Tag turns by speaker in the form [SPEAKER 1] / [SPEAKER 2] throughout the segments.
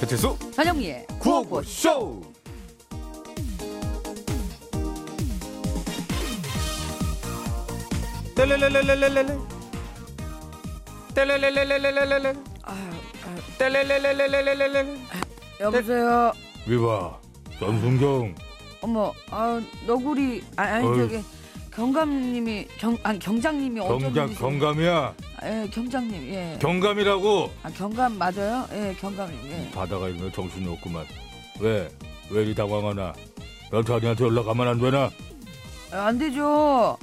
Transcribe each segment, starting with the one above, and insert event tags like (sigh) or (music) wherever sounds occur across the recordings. [SPEAKER 1] 배태수
[SPEAKER 2] 전영미의
[SPEAKER 1] 구호고
[SPEAKER 2] 구호고
[SPEAKER 1] 쇼. 떼레레레레레레레. 떼레레레레레레레레. 떼레레레레레레레레.
[SPEAKER 2] 여보세요.
[SPEAKER 3] 위바 전순경
[SPEAKER 2] 어머, 아 너구리 아, 아니
[SPEAKER 3] 어휴.
[SPEAKER 2] 저기 경감님이 경 아니 경장님이 어쩌면
[SPEAKER 3] 경장
[SPEAKER 2] 이제-
[SPEAKER 3] 경감이야
[SPEAKER 2] 예, 경장님 예.
[SPEAKER 3] 경감이라고
[SPEAKER 2] 아 경감 맞아요? 예, 경감님 예.
[SPEAKER 3] 바다가 있네 정신이 없구만 왜왜 이리 당황하나 넌 자네한테 연락하면 안 되나
[SPEAKER 2] 아, 안 되죠.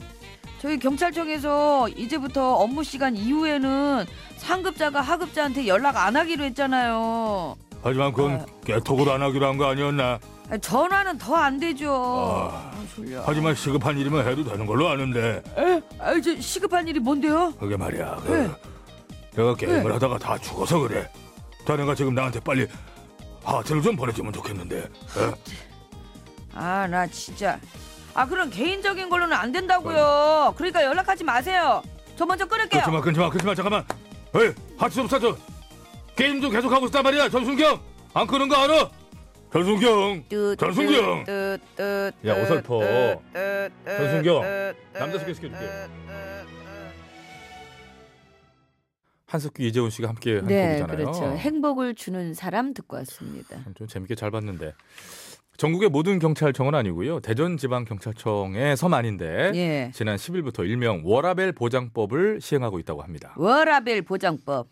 [SPEAKER 2] 저희 경찰청에서 이제부터 업무 시간 이후에는 상급자가 하급자한테 연락 안 하기로 했잖아요.
[SPEAKER 3] 하지만 그건
[SPEAKER 2] 아.
[SPEAKER 3] 개톡을 안 하기로 한 거 아니었나
[SPEAKER 2] 아, 전화는 더 안 되죠.
[SPEAKER 3] 아.
[SPEAKER 2] 아, 졸려.
[SPEAKER 3] 하지만 시급한 일이면 해도 되는 걸로 아는데
[SPEAKER 2] 에? 아, 저 시급한 일이 뭔데요?
[SPEAKER 3] 그게 말이야 그
[SPEAKER 2] 네.
[SPEAKER 3] 내가 게임을
[SPEAKER 2] 네.
[SPEAKER 3] 하다가 다 죽어서 그래 자네가 지금 나한테 빨리 하트를 좀 보내주면 좋겠는데 에?
[SPEAKER 2] 아 나 진짜 아 그런 개인적인 걸로는 안 된다고요 그러니까 연락하지 마세요 저 먼저 끊을게요
[SPEAKER 3] 끊지마 끊지마 끊지마 잠깐만 에이 하트 좀 싸줘 게임 좀 계속하고 있단 말이야 전순경 안 끄는 거 알아 전순경 전순경! 야, 어설퍼. 전순경, 남자 소개시켜줄게.
[SPEAKER 1] 한석규 이재훈 씨가 함께 한
[SPEAKER 4] 네,
[SPEAKER 1] 곡이잖아요.
[SPEAKER 4] 그렇죠. 행복을 주는 사람 듣고 왔습니다.
[SPEAKER 1] 참, 좀 재밌게 잘 봤는데 전국의 모든 경찰청은 아니고요. 대전 지방 경찰청에서만인데
[SPEAKER 3] 네?
[SPEAKER 2] 예
[SPEAKER 1] 지난 10일부터 일명 워라벨 보장법을 시행하고 있다고 합니다.
[SPEAKER 2] 워라벨 보장법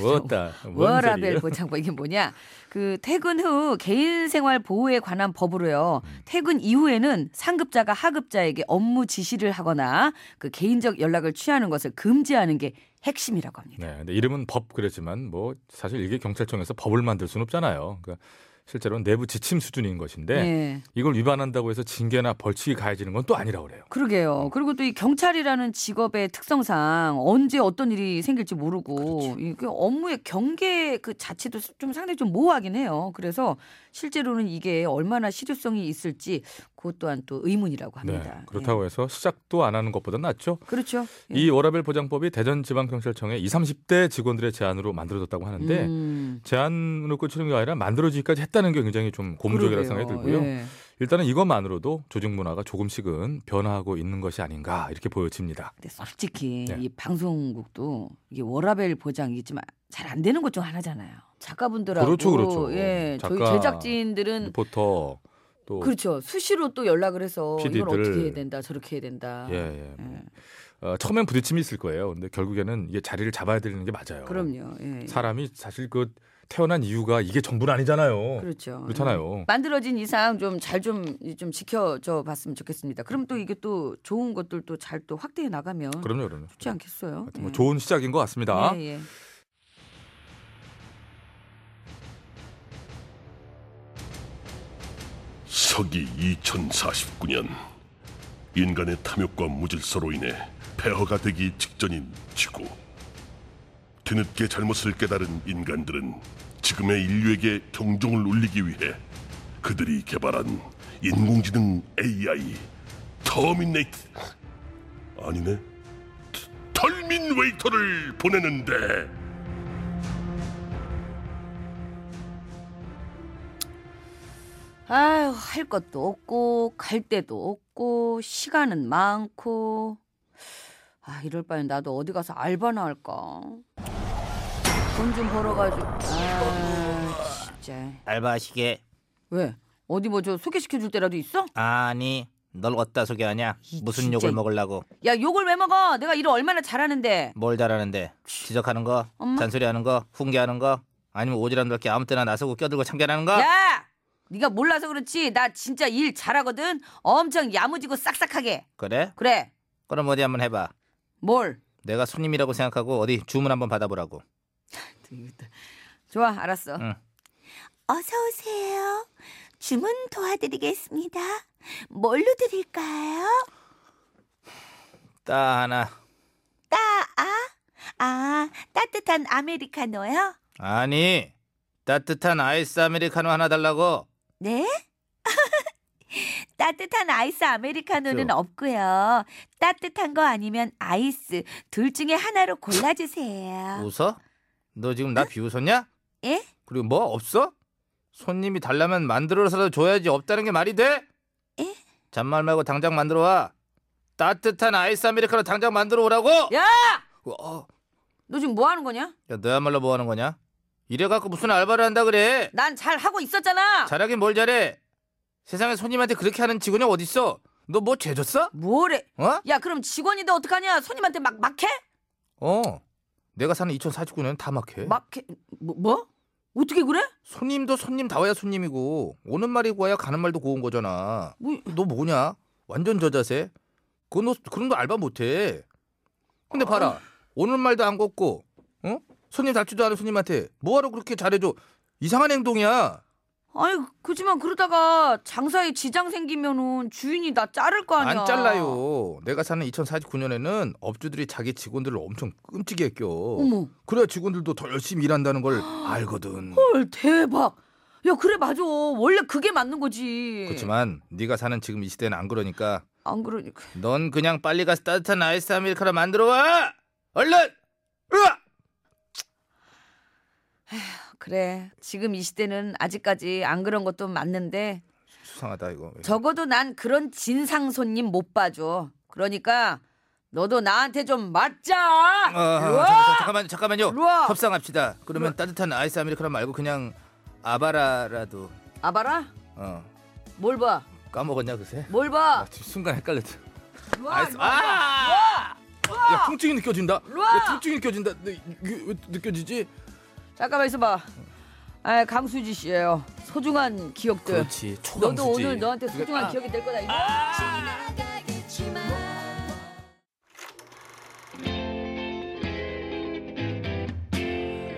[SPEAKER 1] 워따 뭔
[SPEAKER 2] 워라벨
[SPEAKER 1] 소리예요?
[SPEAKER 2] 보장법 이게 뭐냐 그 퇴근 후 개인 생활 보호에 관한 법으로요
[SPEAKER 1] 음.
[SPEAKER 2] 퇴근 이후에는 상급자가 하급자에게 업무 지시를 하거나 그 개인적 연락을 취하는 것을 금지하는 게 핵심이라고 합니다.
[SPEAKER 1] 네, 근데 이름은 법 그랬지만 뭐 사실 이게 경찰청에서 법을 만들 수는 없잖아요. 그러니까 실제로 는 내부 지침 수준인 것인데
[SPEAKER 2] 예.
[SPEAKER 1] 이걸 위반한다고 해서 징계나 벌칙이 가해지는 건 또 아니라 그래요.
[SPEAKER 2] 그러게요. 그리고 또 이 경찰이라는 직업의 특성상 언제 어떤 일이 생길지
[SPEAKER 1] 그렇죠.
[SPEAKER 2] 모르고 이게 그 업무의 경계 그 자체도 좀 상당히 좀 모호하긴 해요. 그래서 실제로는 이게 얼마나 실효성이 있을지 그것 또한 또 의문이라고 합니다.
[SPEAKER 1] 네, 그렇다고 해서 시작도 안 하는 것보다 낫죠.
[SPEAKER 2] 예. 그렇죠. 예.
[SPEAKER 1] 이 워라벨 보장법이 대전지방경찰청의 20, 30대 직원들의 제안으로 만들어졌다고 하는데
[SPEAKER 2] 음,
[SPEAKER 1] 제안으로 끝이는 게 아니라 만들어지기까지 했다는 게 굉장히 좀 고무적이라고 생각이
[SPEAKER 2] 그러게요.
[SPEAKER 1] 들고요.
[SPEAKER 2] 예.
[SPEAKER 1] 일단은 이것만으로도 조직 문화가 조금씩은 변화하고 있는 것이 아닌가 이렇게 보여집니다.
[SPEAKER 2] 근데 솔직히
[SPEAKER 1] 네.
[SPEAKER 2] 이 방송국도 이게 워라벨 보장이 지만 잘 안 되는 것 중 하나잖아요. 작가분들하고
[SPEAKER 1] 그렇죠, 그렇죠.
[SPEAKER 2] 예,
[SPEAKER 1] 작가,
[SPEAKER 2] 저희 제작진들은
[SPEAKER 1] 리포터 또
[SPEAKER 2] 음. 그렇죠. 수시로 또 연락을 해서
[SPEAKER 1] PD들.
[SPEAKER 2] 이건 어떻게 해야 된다, 저렇게 해야 된다.
[SPEAKER 1] 예, 예. 뭐, 어, 처음엔 부딪힘이 있을 거예요. 근데 결국에는 이게 자리를 잡아야 되는 게 맞아요.
[SPEAKER 2] 그럼요. 예.
[SPEAKER 1] 사람이 사실 그 태어난 이유가 이게 전부는 아니잖아요.
[SPEAKER 2] 그렇죠.
[SPEAKER 1] 그렇잖아요.
[SPEAKER 2] 만들어진 이상 좀 잘 좀 좀 지켜줘 봤으면 좋겠습니다. 그럼 또 이게 또 좋은 것들도 잘 또 확대해 나가면
[SPEAKER 1] 그럼요, 그럼요.
[SPEAKER 2] 좋지 않겠어요?
[SPEAKER 1] 그렇죠. 하여튼 뭐 좋은 시작인 것 같습니다.
[SPEAKER 2] 예, 예.
[SPEAKER 5] 서기 2049년 인간의 탐욕과 무질서로 인해 폐허가 되기 직전인 지구 뒤늦게 잘못을 깨달은 인간들은 지금의 인류에게 경종을 울리기 위해 그들이 개발한 인공지능 AI 터미네이트 아니네 털민웨이터를 보내는데
[SPEAKER 2] 아유, 할 것도 없고 갈 데도 없고 시간은 많고 아 이럴 바엔 나도 어디 가서 알바나 할까. 돈 좀 벌어가지고 아 진짜.
[SPEAKER 6] 알바시게
[SPEAKER 2] 왜? 어디 뭐 저 소개시켜 줄 때라도 있어?
[SPEAKER 6] 아니 널 어디다 소개하냐
[SPEAKER 2] 이
[SPEAKER 6] 무슨
[SPEAKER 2] 진짜
[SPEAKER 6] 욕을
[SPEAKER 2] 이-
[SPEAKER 6] 먹으려고
[SPEAKER 2] 야 욕을 왜 먹어? 내가 일을 얼마나 잘하는데.
[SPEAKER 6] 뭘 잘하는데 지적하는 거
[SPEAKER 2] 엄마?
[SPEAKER 6] 잔소리하는 거 훈계하는 거 아니면 오지랖 넓게 아무 때나 나서고 껴들고 참견하는 거
[SPEAKER 2] 야! 네가 몰라서 그렇지. 나 진짜 일 잘하거든. 엄청 야무지고 싹싹하게.
[SPEAKER 6] 그래
[SPEAKER 2] 그래.
[SPEAKER 6] 그럼 어디 한번 해봐
[SPEAKER 2] 뭘?
[SPEAKER 6] 내가 손님이라고 생각하고 어디 주문 한번 받아보라고
[SPEAKER 2] 좋아, 알았어.
[SPEAKER 6] 응.
[SPEAKER 7] 어서 오세요. 주문 도와드리겠습니다. 뭘로 드릴까요?
[SPEAKER 6] 따 하나
[SPEAKER 7] 따, 아? 아, 따뜻한 아메리카노요?
[SPEAKER 6] 아니 따뜻한 아이스 아메리카노 하나 달라고
[SPEAKER 7] 네? (laughs) 따뜻한 아이스 아메리카노는
[SPEAKER 6] 저.
[SPEAKER 7] 없고요. 따뜻한 거 아니면 아이스 둘 중에 하나로 골라주세요.
[SPEAKER 6] 웃어 너 지금 나 비웃었냐
[SPEAKER 7] 예?
[SPEAKER 6] 그리고 뭐 없어? 손님이 달라면 만들어서라도 줘야지 없다는 게 말이 돼?
[SPEAKER 7] 에?
[SPEAKER 6] 잔말 말고 당장 만들어 와. 따뜻한 아이스 아메리카노 당장 만들어 오라고.
[SPEAKER 8] 야!
[SPEAKER 6] 어,
[SPEAKER 8] 너 지금 뭐 하는 거냐?
[SPEAKER 6] 야 너야말로 뭐 하는 거냐? 이래 갖고 무슨 알바를 한다 그래?
[SPEAKER 8] 난 잘 하고 있었잖아.
[SPEAKER 6] 잘하긴 뭘 잘해? 세상에 손님한테 그렇게 하는 직원이 어딨어? 너 뭐 죄졌어?
[SPEAKER 8] 뭐래?
[SPEAKER 6] 어?
[SPEAKER 8] 야 그럼 직원인데 어떡하냐? 손님한테 막 막해?
[SPEAKER 6] 어. 내가 사는 2049년은 다 막해.
[SPEAKER 8] 막해? 뭐? 뭐? 어떻게 그래?
[SPEAKER 6] 손님도 손님 다와야 손님이고 오는 말이 고와야 가는 말도 고운 거잖아.
[SPEAKER 8] 뭐?
[SPEAKER 6] 너 뭐냐? 완전 저자세. 그건 너 그런 거 알바
[SPEAKER 2] 예.
[SPEAKER 1] 예.
[SPEAKER 6] 못해. 근데
[SPEAKER 2] 어.
[SPEAKER 6] 봐라 오는 말도 안 걷고, 어? 손님 닿지도 않은 손님한테 뭐하러 그렇게 잘해줘? 이상한 행동이야.
[SPEAKER 8] 아니 그지만 그러다가 장사에 지장 생기면은 주인이 나 자를 거 아니야.
[SPEAKER 6] 안 잘라요. 내가 사는 2049년에는 업주들이 자기 직원들을 엄청 끔찍이 껴.
[SPEAKER 2] 음.
[SPEAKER 8] 어머,
[SPEAKER 6] 그래야 직원들도 더 열심히 일한다는 걸 알거든.
[SPEAKER 8] 헐 대박. 야 그래 맞아. 원래 그게 맞는 거지.
[SPEAKER 6] 그렇지만 네가 사는 지금 이 시대는 안 그러니까
[SPEAKER 8] 안 그러니까.
[SPEAKER 6] 넌 그냥 빨리 가서 따뜻한 아이스 아메리카노 만들어 와! 얼른! 으아!
[SPEAKER 8] 그래 지금 이 시대는 아직까지 안 그런 것도 맞는데
[SPEAKER 6] 수상하다 이거.
[SPEAKER 8] 적어도 난 그런 진상 손님 못 봐줘. 그러니까 너도 나한테 좀 맞자.
[SPEAKER 6] 아,
[SPEAKER 8] 일로
[SPEAKER 6] 아,
[SPEAKER 8] 와!
[SPEAKER 6] 잠깐, 잠깐만요. 잠깐만요.
[SPEAKER 8] 일로 와!
[SPEAKER 6] 협상합시다. 그러면 따뜻한 아이스 아메리카노 말고 그냥 아바라라도
[SPEAKER 8] 아바라?
[SPEAKER 6] 어. 뭐,
[SPEAKER 8] 뭘 봐?
[SPEAKER 6] 까먹었냐 그새?
[SPEAKER 8] 뭘 봐?
[SPEAKER 1] 지금 순간 헷갈렸죠.
[SPEAKER 8] 일로 와,
[SPEAKER 6] 아이스
[SPEAKER 8] 일로 와.
[SPEAKER 6] 아!
[SPEAKER 1] 야, 통증이 느껴진다.
[SPEAKER 8] 일로와!
[SPEAKER 1] 야, 통증이 느껴진다. 너 이게 왜 느껴지지?
[SPEAKER 8] 잠깐만 있어봐. 아 강수지 씨예요. 소중한 기억들.
[SPEAKER 6] 그렇지. 초강수지. 아.
[SPEAKER 8] 너도 오늘 너한테 소중한 기억이 될 거다. 이거.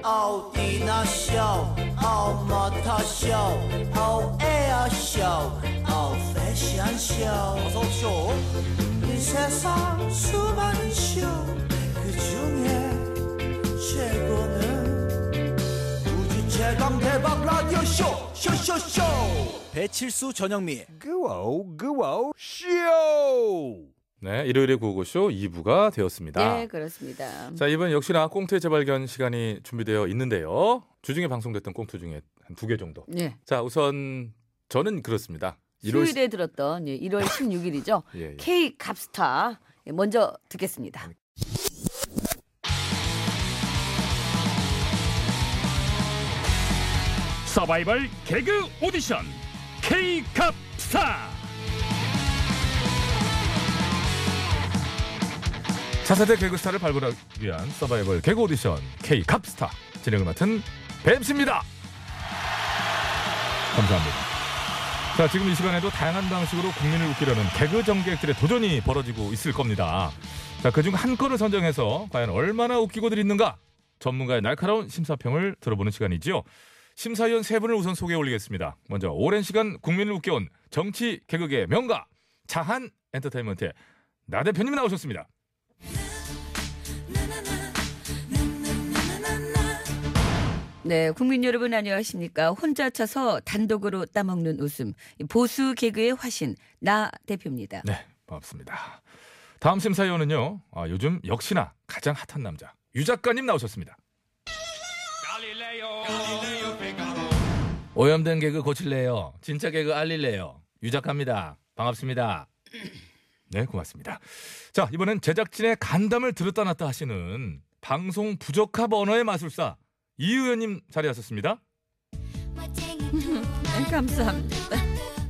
[SPEAKER 9] Oh, Dina Show, Oh, Motor Show, Oh, Air Show, Oh, Fashion Show. 어서 쇼. 이 세상 수많은 쇼, 그 중에 최고는 우주 최강 대박 라디오 쇼, 쇼쇼쇼. 배칠수 전영미.
[SPEAKER 1] 네, 일요일에 구호고쇼 2부가 되었습니다.
[SPEAKER 6] 아.
[SPEAKER 2] 네, 그렇습니다.
[SPEAKER 1] 자, 이번 역시나 꽁트의 재발견 시간이 준비되어 있는데요. 주중에 방송됐던 꽁트 중에 한 두 개 정도.
[SPEAKER 2] 예.
[SPEAKER 1] 자, 우선 저는 그렇습니다. 일월 시-
[SPEAKER 2] 수요일에 들었던 예, 1월
[SPEAKER 6] (laughs)
[SPEAKER 2] 16일이죠.
[SPEAKER 1] 예,
[SPEAKER 6] 네.
[SPEAKER 1] 예.
[SPEAKER 2] K 갑스타 예, 먼저 듣겠습니다.
[SPEAKER 3] 서바이벌 개그 오디션 K-컵 스타
[SPEAKER 1] 차세대 개그스타를 발굴하기 위한 서바이벌 개그 오디션 K 캅스타 진행을 맡은 뱀씨입니다. 감사합니다. 자, 지금 이 시간에도 다양한 방식으로 국민을 웃기려는 개그 정객들의 도전이 벌어지고 있을 겁니다. 자, 그중 한 건을 선정해서 과연 얼마나 웃기고들 있는가? 전문가의 날카로운 심사평을 들어보는 시간이지요. 심사위원 세 분을 우선 소개해 올리겠습니다. 먼저 오랜 시간 국민을 웃겨온 정치 개그계 명가 자한 엔터테인먼트의 나 대표님 나오셨습니다.
[SPEAKER 2] 네, 국민 여러분 안녕하십니까? 혼자 쳐서 단독으로 따먹는 웃음 보수 개그의 화신 나 대표입니다.
[SPEAKER 1] 네, 반갑습니다. 다음 심사위원은요. 아, 요즘 역시나 가장 핫한 남자 유 작가님 나오셨습니다.
[SPEAKER 6] 오염된 개그 고칠래요. 진짜 개그 알릴래요. 유작합니다.
[SPEAKER 2] (clears throat)
[SPEAKER 6] 반갑습니다.
[SPEAKER 1] 네, 고맙습니다. 자, 이번엔 제작진의 간담을 들었다 놨다 하시는 방송 부적합 언어의 마술사 이 의원님 자리하셨습니다.
[SPEAKER 6] 네.
[SPEAKER 2] 아, 감사합니다.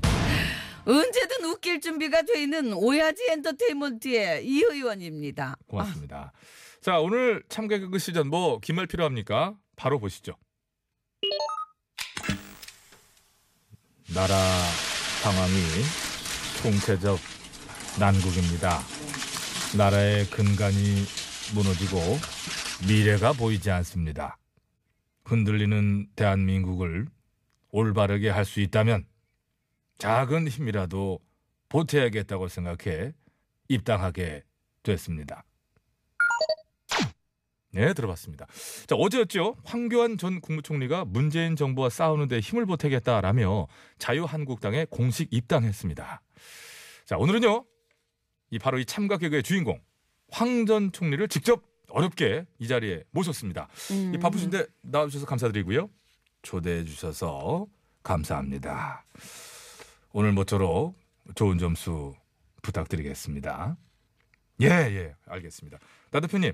[SPEAKER 2] (laughs) 언제든 웃길 준비가 돼 있는 오야지 엔터테인먼트의 이 의원입니다.
[SPEAKER 1] 고맙습니다. 자, 오늘 참개 그 시전 뭐 긴 말 필요합니까? 바로 보시죠. 나라 상황이 총체적 난국입니다. 나라의 근간이 무너지고 미래가 보이지 않습니다. 흔들리는 대한민국을 올바르게 할 수 있다면 작은 힘이라도 보태야겠다고 생각해 입당하게 됐습니다. 네, 들어봤습니다. 자, 어제였죠. 황교안 전 국무총리가 문재인 정부와 싸우는데 힘을 보태겠다라며 자유한국당에 공식 입당했습니다. 자, 오늘은요. 이 바로 이 참가 개그의 주인공 황 전 총리를
[SPEAKER 2] 음.
[SPEAKER 1] 직접 어렵게 이 자리에 모셨습니다. 이 바쁘신데 나와주셔서 감사드리고요.
[SPEAKER 6] 초대해 주셔서 감사합니다. 오늘 모쪼록 좋은 점수 부탁드리겠습니다. 예, 예, 알겠습니다. 나 대표님,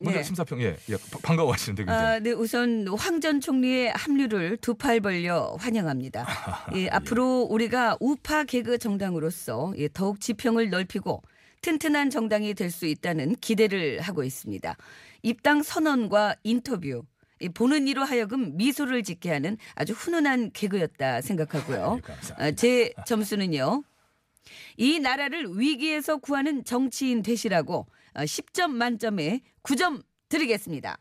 [SPEAKER 6] 먼저
[SPEAKER 2] 네.
[SPEAKER 6] 심사평, 예, 예, 바- 반가워하시는데 굉장히.
[SPEAKER 2] 아, 네, 우선 황 전 총리의 합류를 두 팔 벌려
[SPEAKER 1] (laughs)
[SPEAKER 2] 환영합니다.
[SPEAKER 1] 아,
[SPEAKER 2] 예, 앞으로 우리가 우파 개그 정당으로서 예, 더욱 지평을 넓히고 튼튼한 정당이 될 수 있다는 기대를 하고 있습니다. 입당 선언과 인터뷰, 이 보는 이로 하여금 미소를 짓게 하는 아주 훈훈한 개그였다 생각하고요.
[SPEAKER 1] 예, 감사합니다.
[SPEAKER 2] 아, 제 점수는요. 이 나라를 위기에서 구하는 정치인 되시라고 아, 10점 만점에 9점 드리겠습니다.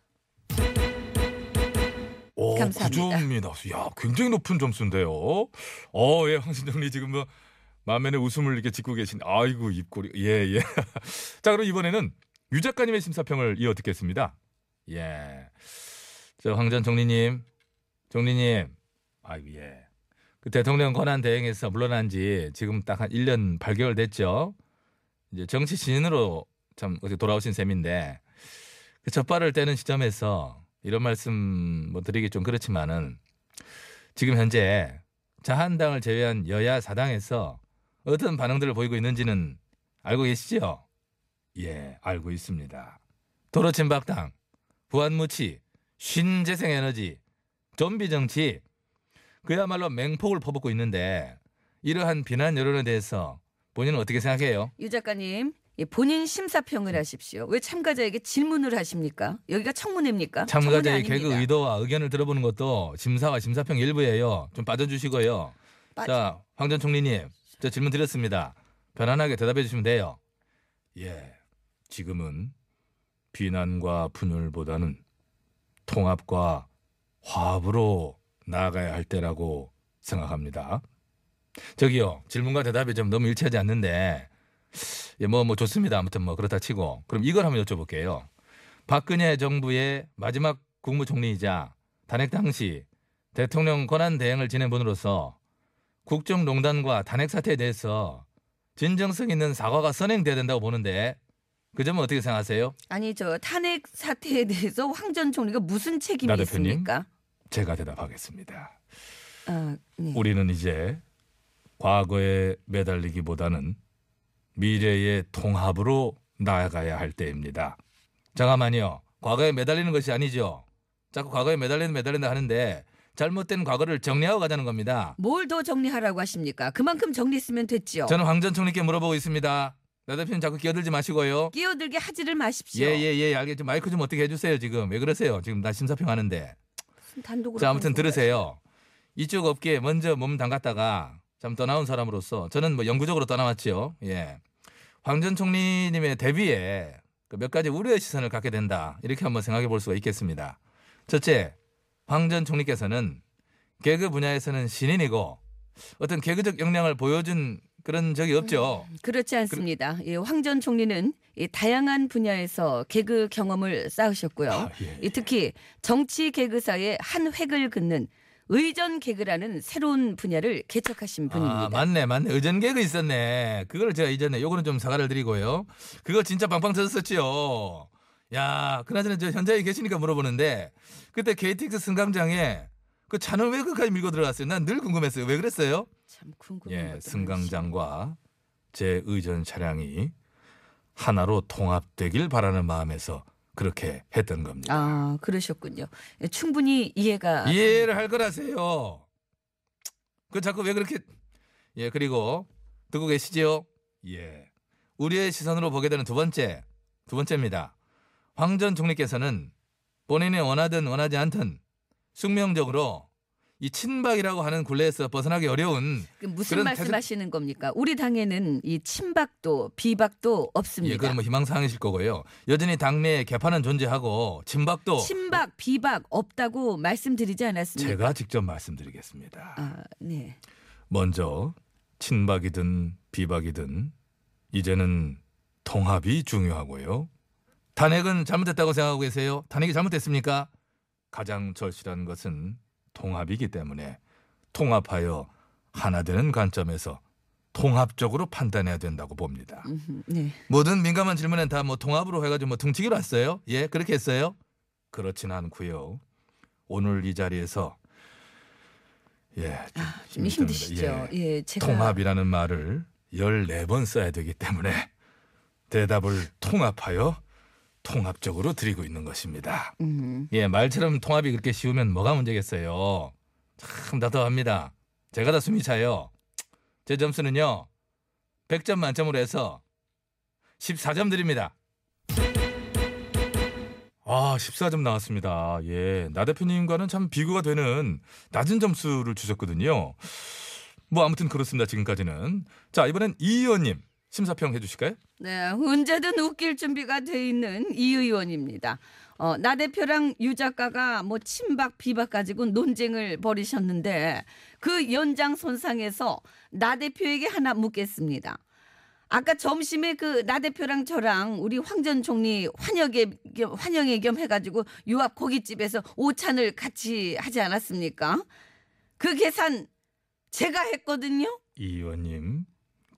[SPEAKER 1] 오,
[SPEAKER 2] 감사합니다.
[SPEAKER 1] 9점이 나왔어. 야, 굉장히 높은 점수인데요. 어, 예, 황신정리 지금 뭐 만면에 웃음을 이렇게 짓고 계신. 아이고 입꼬리. 예, (laughs) 예. 자, 그럼 이번에는 유 작가님의 심사평을 이어 듣겠습니다. 예. 저 황전 정리님, 정리님. 아이고 예. 그 대통령 권한 대행에서 물러난 지 지금 딱 한 1년 8개월 됐죠. 이제 정치 신인으로 참 어떻게 돌아오신 셈인데 그 첫발을 떼는 시점에서 이런 말씀 뭐 드리기 좀 그렇지만은 지금 현재 자한당을 제외한 여야 사당에서 어떤 반응들을 보이고 있는지는 알고 계시죠? 예, 알고 있습니다. 도로친박당, 부안무치, 신재생에너지, 좀비 정치 그야말로 맹폭을 퍼붓고 있는데 이러한 비난 여론에 대해서 본인은 어떻게 생각해요?
[SPEAKER 2] 유 작가님, 예, 본인 심사평을 하십시오. 왜 참가자에게 질문을 하십니까? 여기가 청문회입니까?
[SPEAKER 1] 참가자의
[SPEAKER 2] 청문회
[SPEAKER 1] 개그
[SPEAKER 2] 아닙니다.
[SPEAKER 1] 의도와 의견을 들어보는 것도 심사와 심사평 일부예요. 좀 빠져주시고요.
[SPEAKER 2] 빠-
[SPEAKER 1] 자, 황 전 총리님, 저 질문 드렸습니다. 편안하게 대답해 주시면 돼요. 예, 지금은 비난과 분열보다는 통합과 화합으로 나아가야 할 때라고 생각합니다. 저기요, 질문과 대답이 좀 너무 일치하지 않는데, 예, 뭐, 뭐 좋습니다. 아무튼 뭐 그렇다 치고. 그럼 이걸 한번 여쭤볼게요. 박근혜 정부의 마지막 국무총리이자 단핵 당시 대통령 권한 대행을 지낸 분으로서 국정농단과 단핵 사태에 대해서 진정성 있는 사과가 선행돼야 된다고 보는데 그 점은 어떻게 생각하세요?
[SPEAKER 2] 아니 저 탄핵 사태에 대해서 황 전 총리가 무슨 책임이
[SPEAKER 1] 나 대표님?
[SPEAKER 2] 있습니까?
[SPEAKER 1] 제가 대답하겠습니다.
[SPEAKER 2] 아, 네.
[SPEAKER 1] 우리는 이제 과거에 매달리기보다는 미래의 통합으로 나아가야 할 때입니다. 잠깐만요. 과거에 매달리는 것이 아니죠. 자꾸 과거에 매달리는 매달린다 하는데 잘못된 과거를 정리하고 가자는 겁니다.
[SPEAKER 2] 뭘 더 정리하라고 하십니까? 그만큼 정리했으면 됐지요.
[SPEAKER 1] 저는 황 전 총리께 물어보고 있습니다. 나 대표님 자꾸 끼어들지 마시고요.
[SPEAKER 2] 끼어들게 하지를 마십시오.
[SPEAKER 1] 예예예 알겠죠. 마이크 좀 어떻게 해주세요 지금. 왜 그러세요? 지금 나 심사평 하는데.
[SPEAKER 2] 무슨 단독으로
[SPEAKER 1] 예. 자, 아무튼
[SPEAKER 2] 방송을
[SPEAKER 1] 들으세요. 이쪽 업계에 먼저 몸 담갔다가 참 떠나온 사람으로서 저는 뭐 영구적으로 떠나왔지요. 예. 황 전 총리님의 데뷔에 그몇 가지 우려의 시선을 갖게 된다. 이렇게 한번 생각해 볼 수가 있겠습니다. 첫째, 황 전 총리께서는 개그 분야에서는 신인이고 어떤 개그적 역량을 보여준 그런 적이 없죠.
[SPEAKER 2] 그렇지 않습니다. 예, 황전 총리는 이 다양한 분야에서 개그 경험을 쌓으셨고요.
[SPEAKER 1] 아, 예.
[SPEAKER 2] 이 특히 정치 개그사의 한 획을 긋는 의전 개그라는 새로운 분야를 개척하신 분입니다.
[SPEAKER 1] 아, 맞네, 맞네. 의전 개그 있었네. 그걸 제가 잊었네. 요거는 좀 사과를 드리고요. 그거 진짜 빵빵 터졌었지요. 야, 그나저나 저 현장에 계시니까 물어보는데 그때 KTX 승강장에 그 차는 왜 그까지 밀고 들어갔어요? 난 늘 궁금했어요. 왜 그랬어요?
[SPEAKER 2] 참 궁금한
[SPEAKER 1] 예,
[SPEAKER 2] 것도 많으시고.
[SPEAKER 1] 승강장과 제 의전 차량이 하나로 통합되길 바라는 마음에서 그렇게 했던 겁니다.
[SPEAKER 2] 아, 그러셨군요. 예, 충분히 이해가
[SPEAKER 1] 이해를 할 거라세요. 그 자꾸 왜 그렇게 예 그리고 듣고 계시지요? 예 우리의 시선으로 보게 되는 두 번째 두 번째입니다. 황 전 총리께서는 본인이 원하든 원하지 않든 숙명적으로 이 친박이라고 하는 굴레에서 벗어나기 어려운 예,
[SPEAKER 2] 그 무슨
[SPEAKER 1] 그런
[SPEAKER 2] 말씀하시는 겁니까? 우리 당에는 이 친박도 비박도 없습니다.
[SPEAKER 1] 예 그건 뭐 희망사항이실 거고요. 여전히 당내에 개파는 존재하고 친박도
[SPEAKER 2] 친박 비박 없다고 말씀드리지 않았습니까?
[SPEAKER 1] 제가 직접 말씀드리겠습니다.
[SPEAKER 2] 아, 네.
[SPEAKER 1] 먼저 친박이든 비박이든 이제는 통합이 중요하고요. 탄핵은 잘못됐다고 생각하고 계세요? 탄핵이 잘못됐습니까? 가장 절실한 것은 통합이기 때문에 통합하여 하나 되는 관점에서 통합적으로 판단해야 된다고 봅니다.
[SPEAKER 2] 음, 네.
[SPEAKER 1] 모든 민감한 질문엔 다 뭐 통합으로 해가지고 뭐 등치기로 했어요? 예, 그렇게 했어요? 그렇진 않고요. 오늘 이 자리에서 예, 좀
[SPEAKER 2] 아, 좀
[SPEAKER 1] 힘듭니다.
[SPEAKER 2] 힘드시죠?
[SPEAKER 1] 예.
[SPEAKER 2] 예, 제가
[SPEAKER 1] 통합이라는 말을 14번 써야 되기 때문에 대답을 통합하여 통합적으로 드리고 있는 것입니다.
[SPEAKER 2] 음,
[SPEAKER 1] 예, 말처럼 통합이 그렇게 쉬우면 뭐가 문제겠어요. 참 답답합니다. 제가 다 숨이 차요. 제 점수는요. 100점 만점으로 해서 14점 드립니다. 아, 14점 나왔습니다. 예. 나 대표님과는 참 비교가 되는 낮은 점수를 주셨거든요. 뭐 아무튼 그렇습니다. 지금까지는. 자, 이번엔 이 의원님 심사평 해 주실까요?
[SPEAKER 2] 네, 언제든 웃길 준비가 돼 있는 이 의원입니다. 어, 나 대표랑 유 작가가 뭐 친박 비박 가지고 논쟁을 벌이셨는데 그 연장 손상에서 나 대표에게 하나 묻겠습니다. 아까 점심에 그 나 대표랑 저랑 우리 황 전 총리 환영회 겸, 환영회 겸 해가지고 유압 고깃집에서 오찬을 같이 하지 않았습니까? 그 계산 제가 했거든요.
[SPEAKER 1] 이 의원님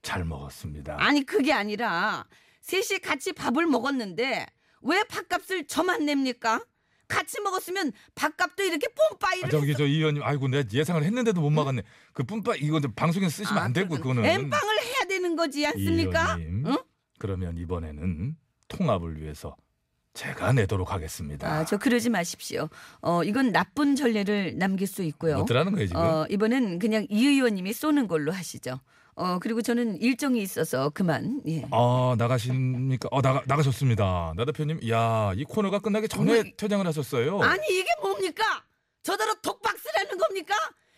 [SPEAKER 1] 잘 먹었습니다.
[SPEAKER 2] 아니 그게 아니라 셋이 같이 밥을 먹었는데 왜 밥값을 저만 냅니까? 같이 먹었으면 밥값도 이렇게 뽐빠이를
[SPEAKER 1] 아, 저기 저 이 의원님 아이고 내가 예상을 했는데도 못 막았네. 그 뿜빠 이거 저 방송에서 쓰시면
[SPEAKER 2] 아,
[SPEAKER 1] 안 되고 그거는
[SPEAKER 2] 엠빵을 해야 되는 거지 않습니까?
[SPEAKER 1] 의원님.
[SPEAKER 2] 응?
[SPEAKER 1] 그러면 이번에는 통합을 위해서 제가 내도록 하겠습니다.
[SPEAKER 2] 아, 저 그러지 마십시오. 어, 이건 나쁜 전례를 남길 수 있고요.
[SPEAKER 1] 못 들하는 거예요 지금.
[SPEAKER 2] 어, 이번엔 그냥 이 의원님이 쏘는 걸로 하시죠. 어, 그리고 저는 일정이 있어서 그만. 예.
[SPEAKER 1] 아 나가십니까? 어 나가 나가셨습니다. 나 대표님, 야이 코너가 끝나기 전에
[SPEAKER 2] 어머, 이-
[SPEAKER 1] 퇴장을 하셨어요.
[SPEAKER 2] 아니 이게 뭡니까? 저더러 독박스라는 겁니까?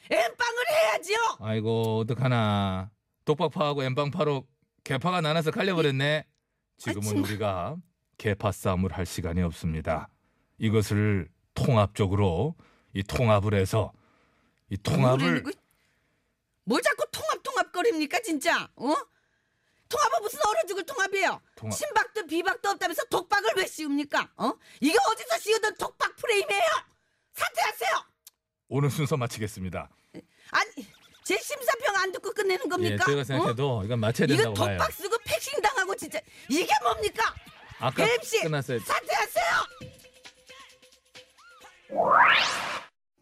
[SPEAKER 2] 엠빵을 해야지요.
[SPEAKER 1] 아이고 어떡하나 독박파하고 엠빵파로 개파가 나눠서 갈려버렸네
[SPEAKER 2] 아이,
[SPEAKER 1] 지금은
[SPEAKER 2] 정말.
[SPEAKER 1] 우리가 개파 싸움을 할 시간이 없습니다 이것을 통합적으로 이 통합을 해서 이 통합을
[SPEAKER 2] 모르겠고. 뭘 자꾸 통합 통합거립니까 진짜? 어? 통합은 무슨 얼어 죽을 통합이에요.
[SPEAKER 1] 통합.
[SPEAKER 2] 신박도 비박도 없다면서 독박을 왜 씌웁니까? 어? 이게 어디서 씌우던 독박 프레임이에요? 사퇴하세요.
[SPEAKER 1] 오늘 순서 마치겠습니다
[SPEAKER 2] 아니 제 심사평 안 듣고 끝내는 겁니까?
[SPEAKER 8] 그러니까?
[SPEAKER 1] 예 제가
[SPEAKER 2] 어?
[SPEAKER 1] 생각해도 이건 맞춰야
[SPEAKER 2] 이거
[SPEAKER 1] 된다고
[SPEAKER 2] 독박
[SPEAKER 1] 봐요
[SPEAKER 2] 쓰고 패싱 당하고 진짜 이게 뭡니까?
[SPEAKER 1] 아까
[SPEAKER 2] 배임 씨
[SPEAKER 8] 예.
[SPEAKER 1] 끝났어요
[SPEAKER 2] 사퇴하세요.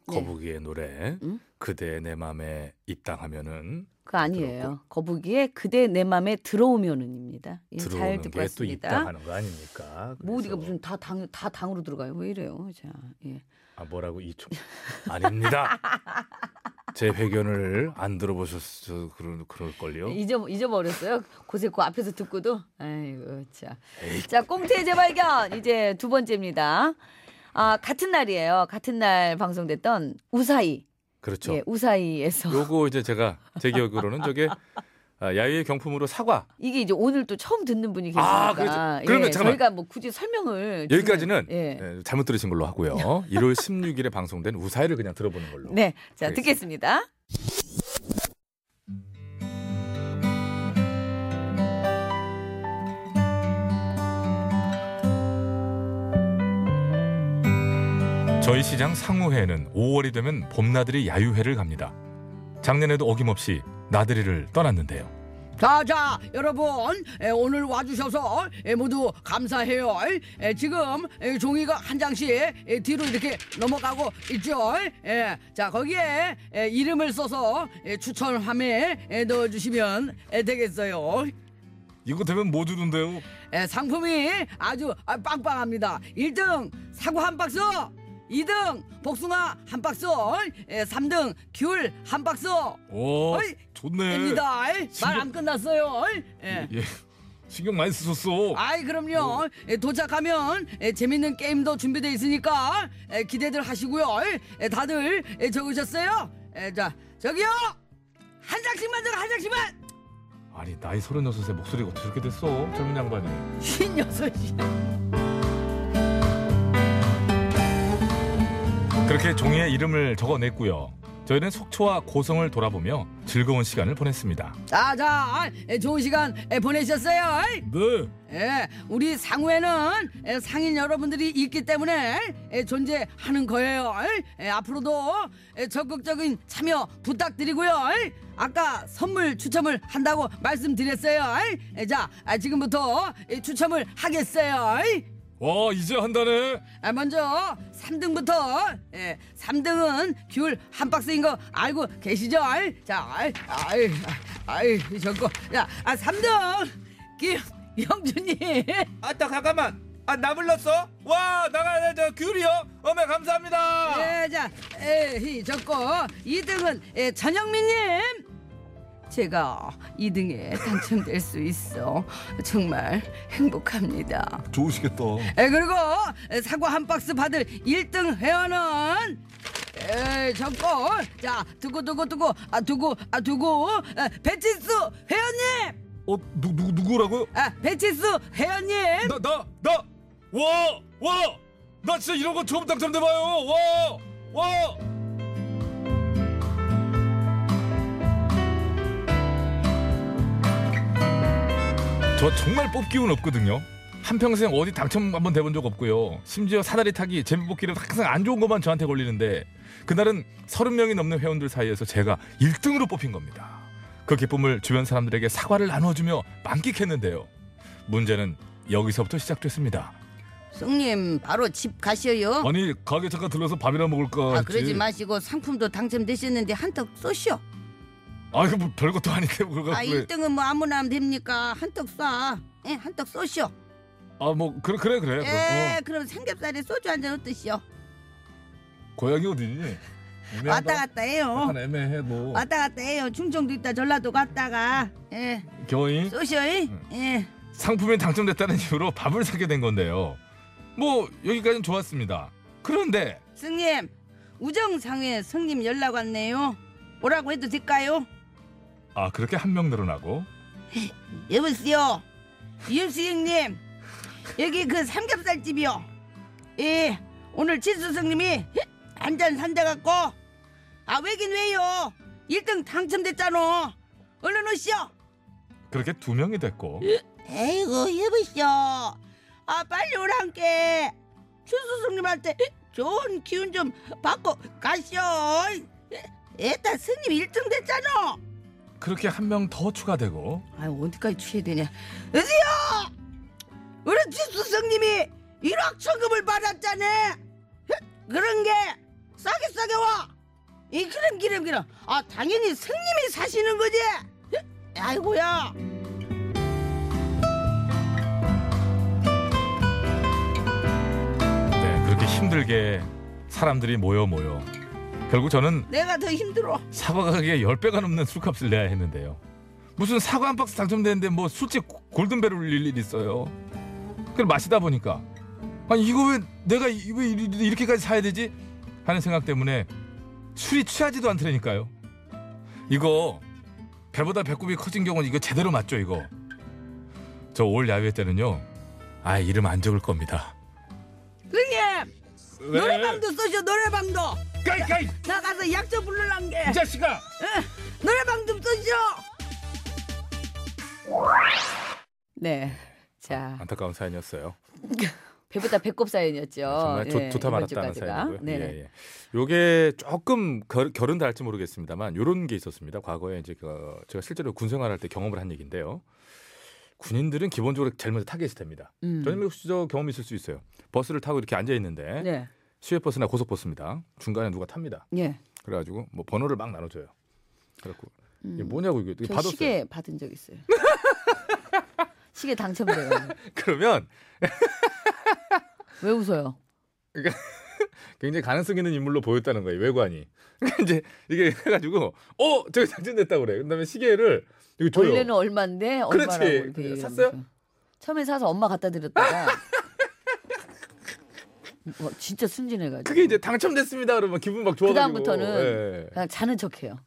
[SPEAKER 1] 거북이의 노래 그대 내 맘에 입당하면은
[SPEAKER 8] 그 아니에요. 거북이의 그대 내 맘에 들어오면은입니다. 예, 잘
[SPEAKER 1] 들어오는
[SPEAKER 8] 듣고
[SPEAKER 1] 게 또
[SPEAKER 8] 왔습니다.
[SPEAKER 1] 입당하는 거 아닙니까
[SPEAKER 8] 뭐
[SPEAKER 1] 그래서-
[SPEAKER 8] 어디가 무슨 다 당 다 당으로 들어가요? 왜 이래요? 자, 예.
[SPEAKER 1] 아 뭐라고 이총 아닙니다. 제 회견을 안 들어보셨어 그런 그럴 걸요.
[SPEAKER 10] 예.
[SPEAKER 8] 잊어 잊어버렸어요. 고세 그 앞에서 듣고도 아이고 자. 자, 꽁트의 재발견 이제 두 번째입니다. 아 같은 날이에요. 같은 날 방송됐던 우사이.
[SPEAKER 1] 그렇죠.
[SPEAKER 8] 예, 우사이에서
[SPEAKER 1] 요거 이제 제가 제 기억으로는 저게 아, 야외 경품으로 사과
[SPEAKER 8] 이게 이제 오늘 또 처음 듣는 분이 계시니까.
[SPEAKER 1] 아, 그렇죠. 그러면
[SPEAKER 8] 예,
[SPEAKER 1] 잠깐만.
[SPEAKER 8] 저희가 뭐 굳이 설명을 주는-
[SPEAKER 1] 여기까지는
[SPEAKER 10] 네.
[SPEAKER 8] 예.
[SPEAKER 1] 예, 잘못 들으신 걸로 하고요. 1월 16일에 방송된 우사이를 그냥 들어보는 걸로.
[SPEAKER 8] 네. 자,
[SPEAKER 1] 알겠습니다.
[SPEAKER 8] 듣겠습니다.
[SPEAKER 1] 저희 시장 상우회는 5월이 되면 봄나들이 야유회를 갑니다. 작년에도 어김없이 나들이를 떠났는데요.
[SPEAKER 10] 자, 자, 여러분, 에, 오늘 와주셔서 에, 모두 감사해요. 에, 지금 에, 종이가 한 장씩 에, 뒤로 이렇게 넘어가고 있죠. 에, 자, 거기에 에, 이름을 써서 에, 추천 화면에 에, 넣어주시면 에, 되겠어요.
[SPEAKER 1] 이거 되면 뭐 주는데요?
[SPEAKER 10] 에, 상품이 아주 아, 빵빵합니다. 1등 사과 한 박스, 2등 복숭아 한 박스, 에, 3등 귤 한 박스.
[SPEAKER 1] 오,
[SPEAKER 10] 어이,
[SPEAKER 1] 좋네.
[SPEAKER 10] 입니다. 말
[SPEAKER 1] 신기하-
[SPEAKER 10] 안 끝났어요. 예.
[SPEAKER 1] 예, 신경 많이 쓰셨어.
[SPEAKER 10] 아이 그럼요. 에, 도착하면 에, 재밌는 게임도 준비돼 있으니까 에, 기대들 하시고요. 에, 다들 에, 적으셨어요? 에, 자 저기요 한 장씩만 적어 한 장씩만.
[SPEAKER 1] 아니 나이 서른여섯에 목소리가 어떻게 저렇게 됐어 젊은 양반이
[SPEAKER 10] 쉰 여섯이.
[SPEAKER 1] 그렇게 종이에 이름을 적어냈고요 저희는 속초와 고성을 돌아보며 즐거운 시간을 보냈습니다
[SPEAKER 10] 자자 에, 좋은 시간 에, 보내셨어요.
[SPEAKER 1] 네
[SPEAKER 10] 예, 우리 상우에는 에, 상인 여러분들이 있기 때문에 에, 존재하는 거예요. 에, 앞으로도 에, 적극적인 참여 부탁드리고요. 예, 아까 선물 추첨을 한다고 예, 말씀드렸어요. 에, 자, 아, 지금부터 에, 추첨을 하겠어요.
[SPEAKER 1] 와 이제 한다네.
[SPEAKER 10] 아, 먼저 3등부터 예, 3등은 귤 한 박스인 거 알고 계시죠? 아이, 자, 아이, 아이, 아이, 저거, 야, 아, 3등 김영준님.
[SPEAKER 11] 아따 잠깐만 아 나 불렀어? 와 나가 저 귤이요? 어메 감사합니다
[SPEAKER 2] 네.
[SPEAKER 10] 예, 자, 에이, 저거 2등은 예, 전영민님. 제가 2등에 당첨될 수 있어 정말 행복합니다.
[SPEAKER 12] 좋으시겠다.
[SPEAKER 1] 어,
[SPEAKER 10] 에, 그리고 사과 한 박스 받을 1등 회원은 에이 저거 자 두고 두고 두고 아 두고 아 두고 에, 배치수 회원님
[SPEAKER 12] 어, 누, 누, 누구라고요?
[SPEAKER 10] 아 배치수
[SPEAKER 2] 네.
[SPEAKER 10] 회원님
[SPEAKER 1] 나, 나, 나! 와! 와! 나 진짜 이런 거 처음 당첨돼봐요! 와! 와! 저 정말 뽑기 운 없거든요. 한평생 어디 당첨 한번 돼본 적 없고요. 심지어 사다리 타기, 재미뽑기는 항상 안 좋은 것만 저한테 걸리는데 그날은 30명이 넘는 회원들 사이에서 제가 1등으로 뽑힌 겁니다. 그 기쁨을 주변 사람들에게 사과를 나눠주며 만끽했는데요. 문제는 여기서부터 시작됐습니다.
[SPEAKER 2] 송님 바로 집 가시어요.
[SPEAKER 1] 아니 가게 잠깐 들러서 밥이나 먹을까
[SPEAKER 2] 아 그러지 마시고 상품도 당첨되셨는데 한턱 쏘시오.
[SPEAKER 1] 아 이거 뭐 별것도 아닌데 뭘
[SPEAKER 2] 아
[SPEAKER 1] (laughs) 갖고 그래.
[SPEAKER 2] 일등은뭐 아무나 하면 됩니까? 한턱 쏴. 예, 한턱 쏘시오.
[SPEAKER 1] 아뭐 그래 그래 그래.
[SPEAKER 2] 예,
[SPEAKER 1] 어,
[SPEAKER 2] 그럼 삼겹살에 소주 한 잔 어떠시오?
[SPEAKER 1] 뭐, 고향이 어디니? 네,
[SPEAKER 2] 왔다 아. 갔다 해요.
[SPEAKER 1] 약간 애매해 뭐.
[SPEAKER 2] 왔다 갔다 해요. 충청도 있다 전라도 갔다가. 예,
[SPEAKER 1] 경이
[SPEAKER 2] 쏘시오. 예.
[SPEAKER 1] 상품에 당첨됐다는 이유로 밥을 사게 된 건데요. 뭐 여기까지는 좋았습니다. 그런데
[SPEAKER 2] 승님 우정상회 승님 연락 왔네요. 오라고 해도 될까요?
[SPEAKER 1] 아 그렇게 한 명 늘어나고
[SPEAKER 2] 여보세요. 유수 형님 여기 그 삼겹살집이요. 예 오늘 진수성님이 한 잔 산다 갖고 아 왜긴 왜요. 1등 당첨됐잖아. 얼른 오시오.
[SPEAKER 1] 그렇게 두 명이 됐고
[SPEAKER 2] 에이구 여보시오. 아 빨리 오란께. 진수성님한테 좋은 기운 좀 받고 가시오. 에따 스님 1등 됐잖아.
[SPEAKER 1] 그렇게 한 명 더 추가되고
[SPEAKER 2] 아유 어디까지 취해야 되냐 으지요 우리 주수성님이 일확천금을 받았잖아 그런 게 싸게 싸게 와이 기름 기름 기름 아 당연히 승님이 사시는 거지 아이고야
[SPEAKER 1] 네, 그렇게 힘들게 사람들이 모여 모여 결국 저는
[SPEAKER 2] 내가 더 힘들어
[SPEAKER 1] 사과 가게에 10배가 넘는 술값을 내야 했는데요. 무슨 사과 한 박스 당첨되는데 뭐 술집 골든벨 울릴 일 있어요. 그걸 마시다 보니까 아니 이거 왜 내가 이- 왜 이리- 이렇게까지 사야 되지? 하는 생각 때문에 술이 취하지도 않더라니까요. 이거 배보다 배꼽이 커진 경우는 이거 제대로 맞죠 이거. 저 올 야외 때는요. 아 이름 안 적을 겁니다.
[SPEAKER 10] 선생님 노래방도 쏘셔 노래방도
[SPEAKER 1] 까이 네. 까이
[SPEAKER 10] 나가서 약초 부르란 게
[SPEAKER 1] 이 자식아.
[SPEAKER 10] 노래방 좀 쏘셔
[SPEAKER 8] 네. 자,
[SPEAKER 1] 안타까운 사연이었어요.
[SPEAKER 8] 배보다 배꼽 사연이었죠.
[SPEAKER 1] 아, 정말
[SPEAKER 8] 예,
[SPEAKER 1] 좋, 좋다
[SPEAKER 8] 이번
[SPEAKER 1] 말았다는
[SPEAKER 8] 주까지가.
[SPEAKER 1] 사연이고요.
[SPEAKER 8] 네.
[SPEAKER 1] 예, 예. 요게 조금 결, 결은 달지 모르겠습니다만 요런 게 있었습니다. 과거에 이제 그, 제가 실제로 군 생활할 때 경험을 한 얘기인데요. 군인들은 기본적으로 제일 먼저 타겟이 됩니다.
[SPEAKER 8] 음.
[SPEAKER 1] 저는 뭐 혹시 저 경험이 있을 수 있어요. 버스를 타고 이렇게 앉아 있는데
[SPEAKER 8] 네.
[SPEAKER 1] 시외버스나 고속버스입니다. 중간에 누가 탑니다.
[SPEAKER 8] 예.
[SPEAKER 1] 그래가지고 뭐 번호를 막 나눠줘요. 그래갖고
[SPEAKER 8] 음.
[SPEAKER 1] 이게 뭐냐고 이게
[SPEAKER 8] 저
[SPEAKER 1] 받았어요.
[SPEAKER 8] 시계 받은 적 있어요. (laughs) 시계 당첨돼요.
[SPEAKER 1] (laughs) 그러면
[SPEAKER 8] 왜 웃어요?
[SPEAKER 1] 굉장히 가능성 있는 인물로 보였다는 거예요 외관이. (laughs) 그러니까 이제 이게 해가지고 어 저기 당첨됐다 그래. 그다음에 시계를 이거 줘요.
[SPEAKER 8] 원래는 얼마인데 얼마라고
[SPEAKER 1] 그렇지.
[SPEAKER 8] 이렇게 얘기를
[SPEAKER 1] 샀어요?
[SPEAKER 8] 하면서. 처음에 사서 엄마 갖다 드렸다가 와, 진짜 순진해가지고
[SPEAKER 1] 그게 이제 당첨됐습니다 그러면 기분 막 좋아가지고.
[SPEAKER 8] 그다음부터는
[SPEAKER 1] 예.
[SPEAKER 8] 그냥 자는 척해요.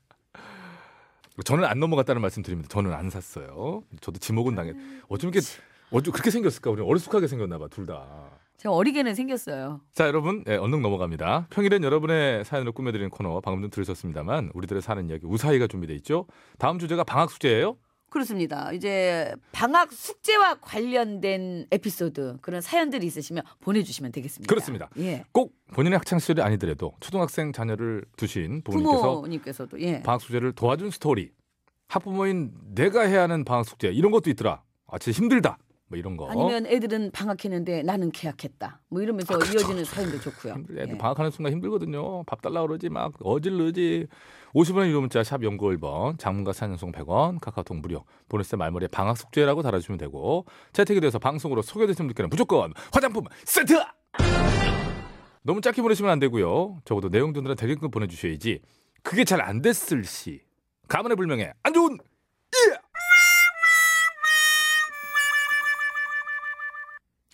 [SPEAKER 1] 저는 안 넘어갔다는 말씀드립니다. 저는 안 샀어요. 저도 지목은 당했.
[SPEAKER 8] 음.
[SPEAKER 1] 어쩜 이렇게 어쩜 그렇게 생겼을까? 우리 어리숙하게 생겼나 봐 둘 다.
[SPEAKER 8] 제가 어리게는 생겼어요.
[SPEAKER 1] 자 여러분 예, 언능 넘어갑니다. 평일엔 여러분의 사연으로 꾸며드리는 코너 방금 좀 들으셨습니다만 우리들의 사는 이야기 우사히가 준비돼 있죠. 다음 주제가 방학 숙제예요.
[SPEAKER 8] 그렇습니다. 이제 방학 숙제와 관련된 에피소드 그런 사연들이 있으시면 보내주시면 되겠습니다.
[SPEAKER 1] 그렇습니다.
[SPEAKER 8] 예.
[SPEAKER 1] 꼭 본인의 학창 시절이 아니더라도 초등학생 자녀를 두신 부모님께서
[SPEAKER 8] 부모님께서도 예.
[SPEAKER 1] 방학 숙제를 도와준 스토리, 학부모인 내가 해야 하는 방학 숙제 이런 것도 있더라. 아 진짜 힘들다. 뭐 이런 거.
[SPEAKER 8] 아니면 애들은 방학했는데 나는 계약했다. 뭐 이러면서
[SPEAKER 1] 아,
[SPEAKER 8] 이어지는 사연도 좋고요.
[SPEAKER 1] 힘들- 애들
[SPEAKER 8] 예.
[SPEAKER 1] 그렇죠. 아, 방학하는 순간 힘들거든요. 밥 달라 그러지 막 어질러지. 50원의 유료 문자 샵 연구 1번, 장문과 사연송 100원, 카카오톡 무료. 보냈을 때 말머리에 방학 숙제라고 달아주면 되고 채택이 돼서 방송으로 소개되신 분들께는 무조건 화장품 세트! 너무 짧게 보내시면 안 되고요. 적어도 내용 듣느라 대리금 보내주셔야지. 그게 잘 안 됐을 시 가문의 불명예 안 좋은 예.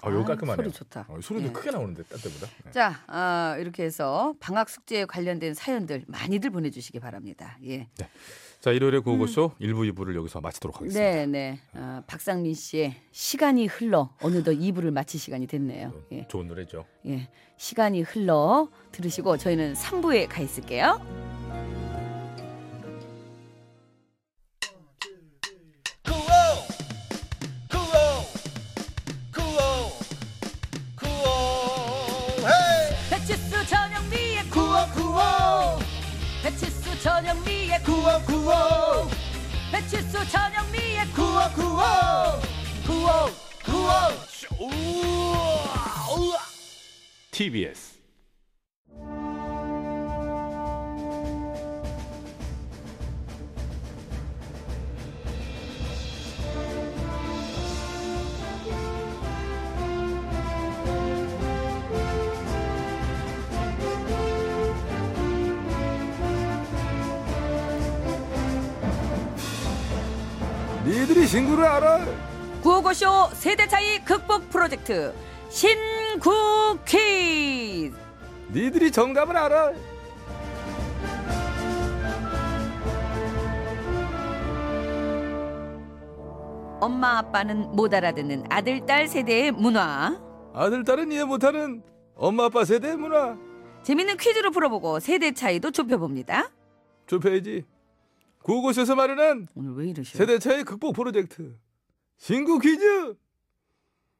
[SPEAKER 1] 아, 요거
[SPEAKER 8] 아유,
[SPEAKER 1] 깔끔하네요.
[SPEAKER 8] 소리 좋다.
[SPEAKER 1] 어, 소리도
[SPEAKER 8] 예.
[SPEAKER 1] 크게 나오는데 딴 때보다. 네.
[SPEAKER 8] 자, 아, 이렇게 해서 방학 숙제에 관련된 사연들 많이들 보내주시기 바랍니다. 예.
[SPEAKER 1] 자, 일요일에 구호고쇼 일 1부 2부를 여기서 마치도록 하겠습니다.
[SPEAKER 8] 네, 네. 아, 박상민 씨의 시간이 흘러 어느덧 2부를 마칠 시간이 됐네요. 예.
[SPEAKER 1] 좋은 노래죠.
[SPEAKER 8] 예. 시간이 흘러 들으시고 저희는 3부에 가 있을게요.
[SPEAKER 9] 구호 구호 구호 구호 헤이
[SPEAKER 2] 배치수 전영미의
[SPEAKER 9] 구호 구호
[SPEAKER 2] 배치수 전영미의
[SPEAKER 9] 구호 구호
[SPEAKER 2] 배치수 전영미의
[SPEAKER 9] 구호 구호 구호 구호 쇼 우와 우와
[SPEAKER 1] TBS.
[SPEAKER 3] 니들이 신구를 알아?
[SPEAKER 8] 구호고쇼 세대 차이 극복 프로젝트 신구 퀴즈.
[SPEAKER 3] 니들이 정답을 알아?
[SPEAKER 8] 엄마 아빠는 못 알아듣는 아들 딸 세대의 문화.
[SPEAKER 3] 아들 딸은 이해 못하는 엄마 아빠 세대 문화
[SPEAKER 8] 재밌는 퀴즈로 풀어보고 세대 차이도 좁혀봅니다.
[SPEAKER 3] 좁혀야지 구호고쇼에서 마련한
[SPEAKER 8] 오늘 왜 이러셔?
[SPEAKER 3] 세대 차이 극복 프로젝트 신구 퀴즈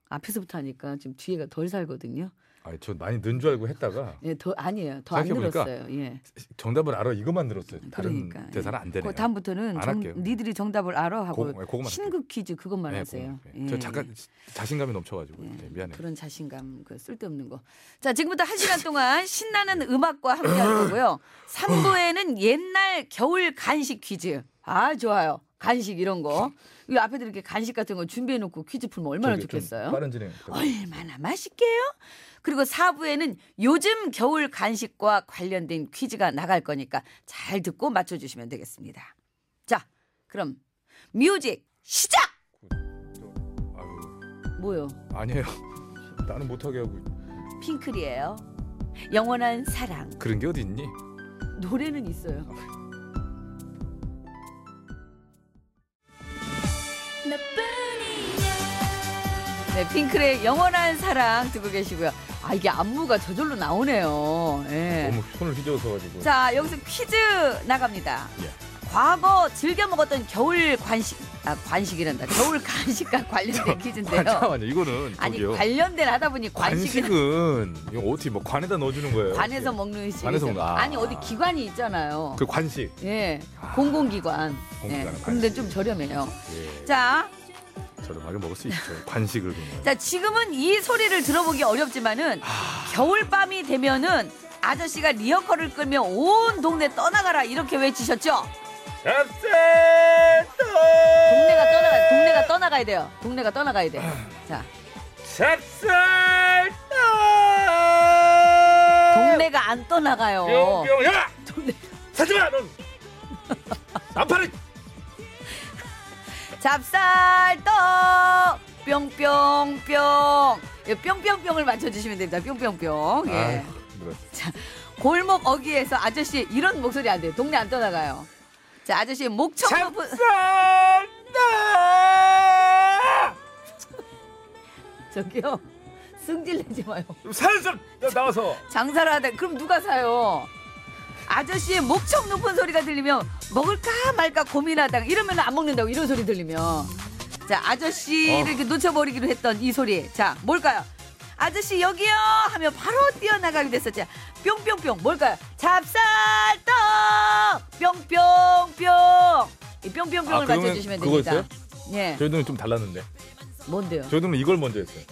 [SPEAKER 8] 앞에서부터 하니까 지금 뒤에가 덜 살거든요.
[SPEAKER 1] 아, 저 많이 는 줄 알고 했다가
[SPEAKER 8] 예, 더 아니에요. 더 안
[SPEAKER 1] 생각해보니까
[SPEAKER 8] 늘었어요. 예.
[SPEAKER 1] 정답을 알아 이것만 들었어요. 다른
[SPEAKER 8] 그러니까, 예.
[SPEAKER 1] 대사는 안 되네요.
[SPEAKER 8] 그 다음부터는
[SPEAKER 1] 안
[SPEAKER 8] 정,
[SPEAKER 1] 할게요.
[SPEAKER 8] 니들이 정답을 알아 하고
[SPEAKER 1] 고- 예, 그거만
[SPEAKER 8] 신극 퀴즈 그것만
[SPEAKER 1] 예,
[SPEAKER 8] 하세요.
[SPEAKER 1] 그거. 예. 저 잠깐 자신감이 넘쳐가지고 예, 미안해요.
[SPEAKER 8] 그런 자신감 그 쓸데없는 거. 자 지금부터 한 시간 동안 신나는 음악과 함께할 거고요. 3부에는 옛날 겨울 간식 퀴즈. 아 좋아요. 간식 이런 거. 이 앞에들 이렇게 간식 같은 거 준비해놓고 퀴즈 풀면 얼마나
[SPEAKER 1] 저기 좀
[SPEAKER 8] 좋겠어요.
[SPEAKER 1] 빠른 진행.
[SPEAKER 8] 얼마나 맛있게요? 그리고 4부에는 요즘 겨울 간식과 관련된 퀴즈가 나갈 거니까 잘 듣고 맞춰주시면 되겠습니다. 자, 그럼 뮤직 시작!
[SPEAKER 1] 아유,
[SPEAKER 8] 뭐요?
[SPEAKER 1] 아니에요. 나는 못하게 하고
[SPEAKER 8] 핑클이에요. 영원한 사랑.
[SPEAKER 1] 그런 게 어디 있니?
[SPEAKER 8] 노래는 있어요. 네, 핑클의 영원한 사랑 듣고 계시고요. 아, 이게 안무가 저절로 나오네요. 예.
[SPEAKER 1] 너무 손을 휘저어서 가지고. (laughs)
[SPEAKER 8] 자 여기서 퀴즈 나갑니다.
[SPEAKER 1] 예.
[SPEAKER 8] 과거 즐겨 먹었던 겨울 간식 아 관식이란다. 겨울 간식과 (laughs) 관련된 퀴즈인데요.
[SPEAKER 1] 잠깐만요. 이거는
[SPEAKER 8] 아니
[SPEAKER 1] 저기요.
[SPEAKER 8] 관련된 하다 보니 관식은
[SPEAKER 1] 관식은 이거 어떻게 뭐 관에다 넣어주는 거예요?
[SPEAKER 8] 관에서 먹는 식.
[SPEAKER 1] 관에서 먹는- 아.
[SPEAKER 8] 니 어디 기관이 있잖아요.
[SPEAKER 1] 그 관식.
[SPEAKER 8] 예, 공공기관.
[SPEAKER 1] 공공기관은
[SPEAKER 8] 예,
[SPEAKER 1] 관식.
[SPEAKER 8] 근데 좀 저렴해요.
[SPEAKER 1] 예,
[SPEAKER 8] 자,
[SPEAKER 1] 저렴하게 먹을 수 있죠. 관식을 그냥.
[SPEAKER 8] 자 지금은 이 소리를 들어보기 어렵지만은 겨울밤이 되면은 아저씨가 리어커를 끌며 온 동네 떠나가라 이렇게 외치셨죠?
[SPEAKER 3] 잡세
[SPEAKER 8] 동네가 떠나가 동네가 떠나가야 돼요. 동네가 떠나가야 돼. 자,
[SPEAKER 3] 찹쌀떡
[SPEAKER 8] 동네가 안 떠나가요.
[SPEAKER 3] 뿅뿅 야 사지마 넌 안팔을
[SPEAKER 8] 잡쌀떡 뿅뿅뿅. 예, 뿅뿅뿅을 맞춰주시면 됩니다. 뿅뿅뿅. 예. 골목 어귀에서 아저씨 이런 목소리 안 돼요. 동네 안 떠나가요. 자, 아저씨 목청 높은 저기요. (laughs) 승질내지 마요.
[SPEAKER 3] 사연 좀 나와서
[SPEAKER 8] 장사를 하다 그럼 누가 사요? 아저씨의 목청 높은 소리가 들리면 먹을까 말까 고민하다가 이러면 안 먹는다고 이런 소리 들리면 자
[SPEAKER 1] 어.
[SPEAKER 8] 아저씨를 이렇게 놓쳐버리기로 했던 이 소리 자 뭘까요? 아저씨 여기요 하며 바로 뛰어나가게 됐었죠 뿅뿅뿅 뭘까요? 잡쌀떡 뿅뿅뿅 이 뿅뿅뿅을
[SPEAKER 1] 아, 그거는
[SPEAKER 8] 맞춰주시면 됩니다
[SPEAKER 1] 그거였어요?
[SPEAKER 8] 예.
[SPEAKER 1] 저희들은 좀 달랐는데.
[SPEAKER 8] 뭔데요?
[SPEAKER 1] 저희들은 이걸 먼저 했어요.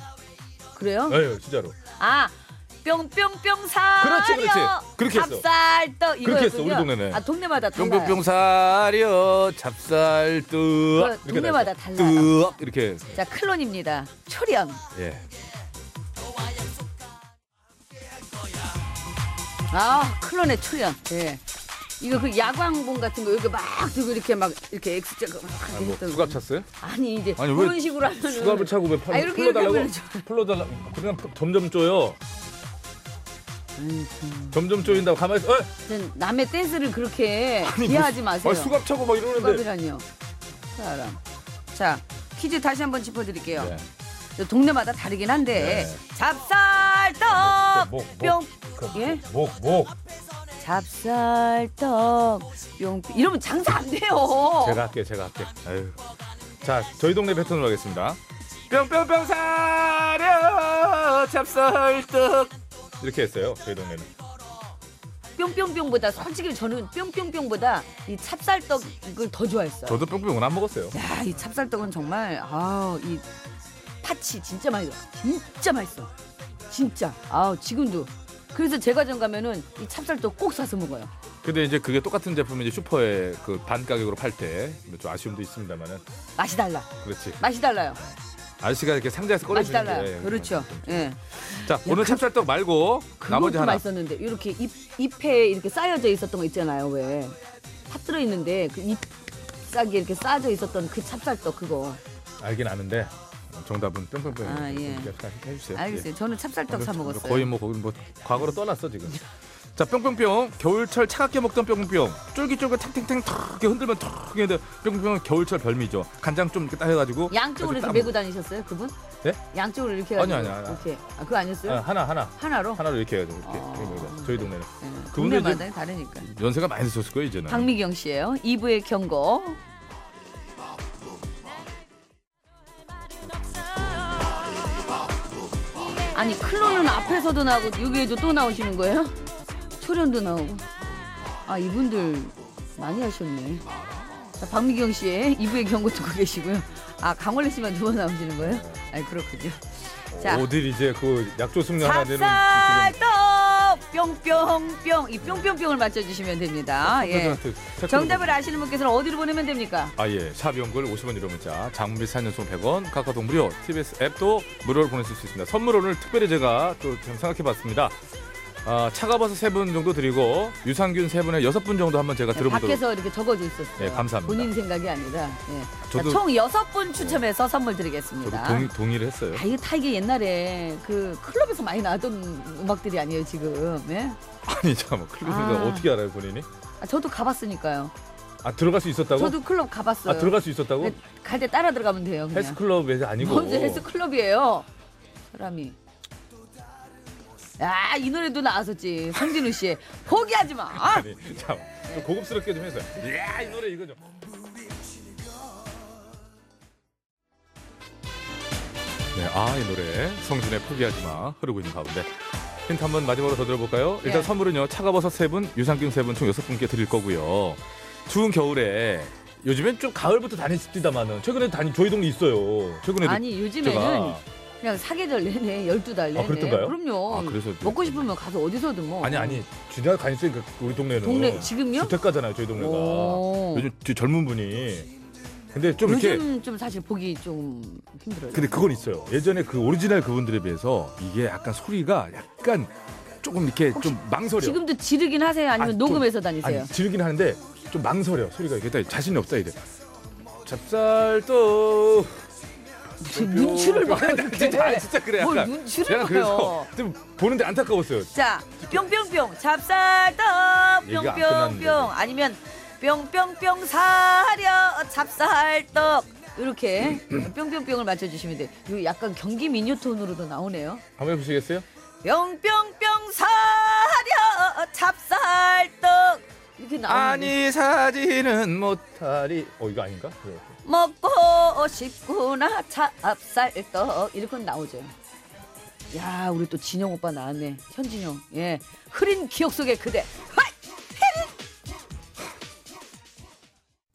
[SPEAKER 8] 그래요?
[SPEAKER 1] 예, 진짜로.
[SPEAKER 8] 아 뿅뿅뿅 사.
[SPEAKER 1] 그렇지, 그렇지. 그렇게 했어.
[SPEAKER 8] 찹쌀떡 이거였군요.
[SPEAKER 1] 그렇게 했어, 우리 동네는.
[SPEAKER 8] 아 동네마다 달라요.
[SPEAKER 1] 뿅뿅뿅사려 찹쌀 뜨악
[SPEAKER 8] 그 동네마다
[SPEAKER 1] 나왔어요.
[SPEAKER 8] 달라요.
[SPEAKER 1] 뜨악 이렇게 했어요.
[SPEAKER 8] 자 클론입니다. 초련.
[SPEAKER 1] 예.
[SPEAKER 8] 아 클론의 초련. 예. 이거 그 야광봉 같은 거 여기 막 들고 이렇게 막 이렇게 X자가 막
[SPEAKER 1] 아, 뭐
[SPEAKER 8] 이렇게 했던
[SPEAKER 1] 수갑
[SPEAKER 8] 거.
[SPEAKER 1] 찼어요?
[SPEAKER 8] 아니 이제
[SPEAKER 1] 아니, 왜
[SPEAKER 8] 그런 식으로 하면은
[SPEAKER 1] 수갑을 차고 왜
[SPEAKER 8] 아,
[SPEAKER 1] 팔을
[SPEAKER 8] 이렇게
[SPEAKER 1] 풀러달라고?
[SPEAKER 8] 이렇게 하면은
[SPEAKER 1] 풀러달라고. 그냥 점점 쪼여. 점점 쪼인다고 가만히 있어. 에?
[SPEAKER 8] 좀 남의 댄스를 그렇게
[SPEAKER 1] 아니,
[SPEAKER 8] 비하하지
[SPEAKER 1] 무슨-
[SPEAKER 8] 마세요.
[SPEAKER 1] 아, 수갑 차고 막 이러는데.
[SPEAKER 8] 수갑이라니요. 사람. 자 퀴즈 다시 한번 짚어드릴게요.
[SPEAKER 1] 네.
[SPEAKER 8] 저 동네마다 다르긴 한데 찹쌀떡
[SPEAKER 1] 목, 목.
[SPEAKER 8] 뿅 예?
[SPEAKER 1] 그 목, 목.
[SPEAKER 8] 찹쌀떡 뿅 이러면 장사 안 돼요.
[SPEAKER 1] 제가 할게요, 제가 할게요. 아유. 자, 저희 동네 패턴으로 하겠습니다.
[SPEAKER 11] 뿅뿅뿅 사려 찹쌀떡
[SPEAKER 1] 이렇게 했어요, 저희 동네는.
[SPEAKER 8] 뿅뿅뿅보다 솔직히 저는 뿅뿅뿅보다 이 찹쌀떡을 더 좋아했어요.
[SPEAKER 1] 저도 뿅뿅은 안 먹었어요.
[SPEAKER 8] 야, 이 찹쌀떡은 정말 아이 파치 진짜 맛있어. 진짜 맛있어. 진짜. 아, 지금도. 그래서 제과점 가면은 이 찹쌀떡 꼭 사서 먹어요.
[SPEAKER 1] 근데 이제 그게 똑같은 제품이 이제 슈퍼에 그 반 가격으로 팔 때 좀 아쉬움도 있습니다만은
[SPEAKER 8] 맛이 달라.
[SPEAKER 1] 그렇지.
[SPEAKER 8] 맛이 달라요.
[SPEAKER 1] 아저씨가 이렇게 상자에서
[SPEAKER 8] 맛이
[SPEAKER 1] 꺼내주는
[SPEAKER 8] 달라요.
[SPEAKER 1] 게.
[SPEAKER 8] 그렇죠. 예.
[SPEAKER 1] 자, 오늘 찹쌀떡 말고 나머지
[SPEAKER 8] 그것도
[SPEAKER 1] 하나.
[SPEAKER 8] 맛있었는데 이렇게 잎 잎에 이렇게 쌓여져 있었던 거 있잖아요. 왜? 팥 들어 있는데 그잎 싹이 이렇게 쌓여져 있었던 그 찹쌀떡 그거.
[SPEAKER 1] 알긴 아는데 정답은 뿅뿅뿅.
[SPEAKER 8] 아, 예.
[SPEAKER 1] 해주세요.
[SPEAKER 8] 알겠어요. 저는 찹쌀떡 사 먹었어요.
[SPEAKER 1] 예. 거의 뭐 거기 뭐 과거로 떠났어
[SPEAKER 8] (laughs)
[SPEAKER 1] 지금. 자 뿅뿅뿅 겨울철 차갑게 먹던 뿅뿅뿅 쫄깃쫄깃 탱탱탱 탁게 흔들면 탁 했는데 뿅뿅뿅 겨울철 별미죠 간장 좀 이렇게 따해가지고
[SPEAKER 8] 양쪽으로 이렇게 메고 다니셨어요, 그분?
[SPEAKER 1] 예?
[SPEAKER 8] 양쪽으로 이렇게
[SPEAKER 1] 아니요,
[SPEAKER 8] 해가지고
[SPEAKER 1] 아니요, 아니요.
[SPEAKER 8] 이렇게. 아, 그거 아니었어요?
[SPEAKER 1] 아, 하나 하나
[SPEAKER 8] 하나로?
[SPEAKER 1] 하나로 이렇게 해가지고 이렇게 이렇게 먹어요. 저희 동네는 그분들 이제
[SPEAKER 8] 아. 동네마다 다르니까.
[SPEAKER 1] 연세가 많이 드셨을 거예요 이제는.
[SPEAKER 8] 박미경 씨예요. 2부의 경고. 아니 클론은 앞에서도 나오고 여기에도 또 나오시는 거예요? 초련도 나오고. 아 이분들 많이 하셨네. 자, 박미경 씨의 2부의 경고 듣고 계시고요. 아 강원래 씨만 두 번 나오시는 거예요? 아니 그렇군요. 자.
[SPEAKER 1] 어딜 이제 그 약조 숙녀 하나 내는
[SPEAKER 8] 찹쌀떡 뿅뿅뿅 이 뿅뿅뿅을 맞춰주시면 됩니다.
[SPEAKER 1] 그
[SPEAKER 8] 예. 정답을 아시는 분께서는 어디로 보내면 됩니까?
[SPEAKER 1] 아예 샵 연글 50원 유료 문자 장문비 4년송 100원 카카오톡 무료 TBS 앱도 무료로 보내실 수 있습니다 선물 오늘 특별히 제가 또 좀 생각해봤습니다 아, 차가버섯 세 분 정도 드리고 유산균 세분에 여섯 분 정도 한번 제가 들어보도록
[SPEAKER 8] 네, 밖에서 이렇게 적어져 있었어요.
[SPEAKER 1] 예, 감사합니다.
[SPEAKER 8] 본인 생각이 아니라. 예. 자,
[SPEAKER 1] 저도-
[SPEAKER 8] 총 여섯 분 추첨해서 선물
[SPEAKER 1] 저도
[SPEAKER 8] 드리겠습니다.
[SPEAKER 1] 동의, 동의를
[SPEAKER 8] (laughs)
[SPEAKER 1] 했어요
[SPEAKER 8] 아, 이거 다 이게 옛날에 그 클럽에서 많이 나왔던 음악들이 아니에요, 지금. 예?
[SPEAKER 1] 아니 잠깐만 클럽에서
[SPEAKER 8] 아.
[SPEAKER 1] 어떻게 알아요 본인이?
[SPEAKER 8] 아, 저도 가봤으니까요.
[SPEAKER 1] 아 들어갈 수 있었다고?
[SPEAKER 8] 저도 클럽 가봤어요. 네,
[SPEAKER 1] 아 들어갈 수 있었다고?
[SPEAKER 8] 갈 때 따라 들어가면 돼요, 그냥.
[SPEAKER 1] 헬스클럽이 아니고
[SPEAKER 8] 먼저 헬스클럽이에요. 사람이. 아, 이 노래도 나왔었지. 성진우 씨의 포기하지 마. 아,
[SPEAKER 1] 아니 네. 참 좀 고급스럽게 좀 해서요 야이 노래 이거 좀 네, 아, 이 노래 성준의 포기하지 마 흐르고 있는 가운데 힌트 한번 마지막으로 더 들어볼까요? 일단
[SPEAKER 8] 네.
[SPEAKER 1] 선물은요 차가버섯 세 분, 유산균 세 분 총 여섯 분께 드릴 거고요. 추운 겨울에 요즘엔 좀 가을부터 다니시다마는 최근에 다니 저희 동네 있어요. 최근에
[SPEAKER 8] 아니, 요즘에는 그냥 사계절 내내 12달 내내.
[SPEAKER 1] 아, 그랬던가요?
[SPEAKER 8] 그럼요.
[SPEAKER 1] 아, 그래서 또-
[SPEAKER 8] 먹고 싶으면 가서 어디서든 뭐.
[SPEAKER 1] 아니 아니 진짜 다니시니까 우리 동네는
[SPEAKER 8] 동네 지금요?
[SPEAKER 1] 주택가잖아요 저희 동네가
[SPEAKER 8] 오.
[SPEAKER 1] 요즘 저 젊은 분이 근데 좀
[SPEAKER 8] 요즘
[SPEAKER 1] 이렇게
[SPEAKER 8] 좀 사실 보기 좀 힘들어요.
[SPEAKER 1] 근데 그건 있어요 예전에 그 오리지널 그분들에 비해서 이게 약간 소리가 약간 조금 이렇게 좀 망설여
[SPEAKER 8] 지금도 지르긴 하세요? 아니면
[SPEAKER 1] 아니, 좀-
[SPEAKER 8] 녹음해서 다니세요?
[SPEAKER 1] 아니 지르긴 하는데 좀 망설여 소리가 이게 딱 자신이 없다 이래 찹쌀떡
[SPEAKER 8] 눈치를 봐요.
[SPEAKER 1] 진짜, 아니, 진짜 그래
[SPEAKER 8] 뭘
[SPEAKER 1] 약간
[SPEAKER 8] 눈치를
[SPEAKER 1] 약간
[SPEAKER 8] 봐요.
[SPEAKER 1] 그래서 좀 보는데 안타까웠어요
[SPEAKER 8] 자, 뿅뿅뿅 찹쌀떡
[SPEAKER 1] 얘기가 안 끝났는데.
[SPEAKER 8] 뿅뿅뿅 아니면 뿅뿅뿅 사려 찹쌀떡 이렇게
[SPEAKER 1] (clears throat)
[SPEAKER 8] 뿅뿅뿅을 맞춰주시면 돼요. 이거 약간 경기 미녀 톤으로도 나오네요.
[SPEAKER 1] 한번 해보시겠어요?
[SPEAKER 8] 뿅뿅뿅 사려 찹쌀떡 이렇게 나오는 데
[SPEAKER 1] 아니 사지는 못하리 어 이거 아닌가? 그래.
[SPEAKER 8] 먹고 싶구나 찹쌀떡 이렇게 나오죠. 야, 우리 또 진영 오빠 나왔네. 현진영. 예. 아, 흐린 기억 속의 그대.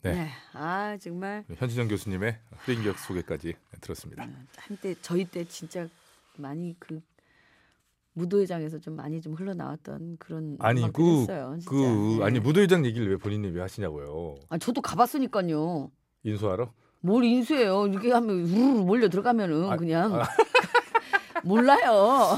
[SPEAKER 1] 네.
[SPEAKER 8] 아 정말
[SPEAKER 1] 현지정 교수님의 흐린기억 소개까지 들었습니다.
[SPEAKER 8] 음, 한때 저희 때 진짜 많이 그 무도회장에서 좀 많이 좀 흘러나왔던 그런
[SPEAKER 1] 아니
[SPEAKER 8] 음악들이
[SPEAKER 1] 그,
[SPEAKER 8] 있어요, 진짜.
[SPEAKER 1] 그
[SPEAKER 8] 네.
[SPEAKER 1] 아니 무도회장 얘기를 왜 본인 입에 하시냐고요.
[SPEAKER 8] 아, 저도 가봤으니까요.
[SPEAKER 1] 인수하러?
[SPEAKER 8] 뭘 인수해요? 이렇게 하면 우르르 몰려 들어가면은 그냥
[SPEAKER 1] 아.
[SPEAKER 8] (laughs) 몰라요.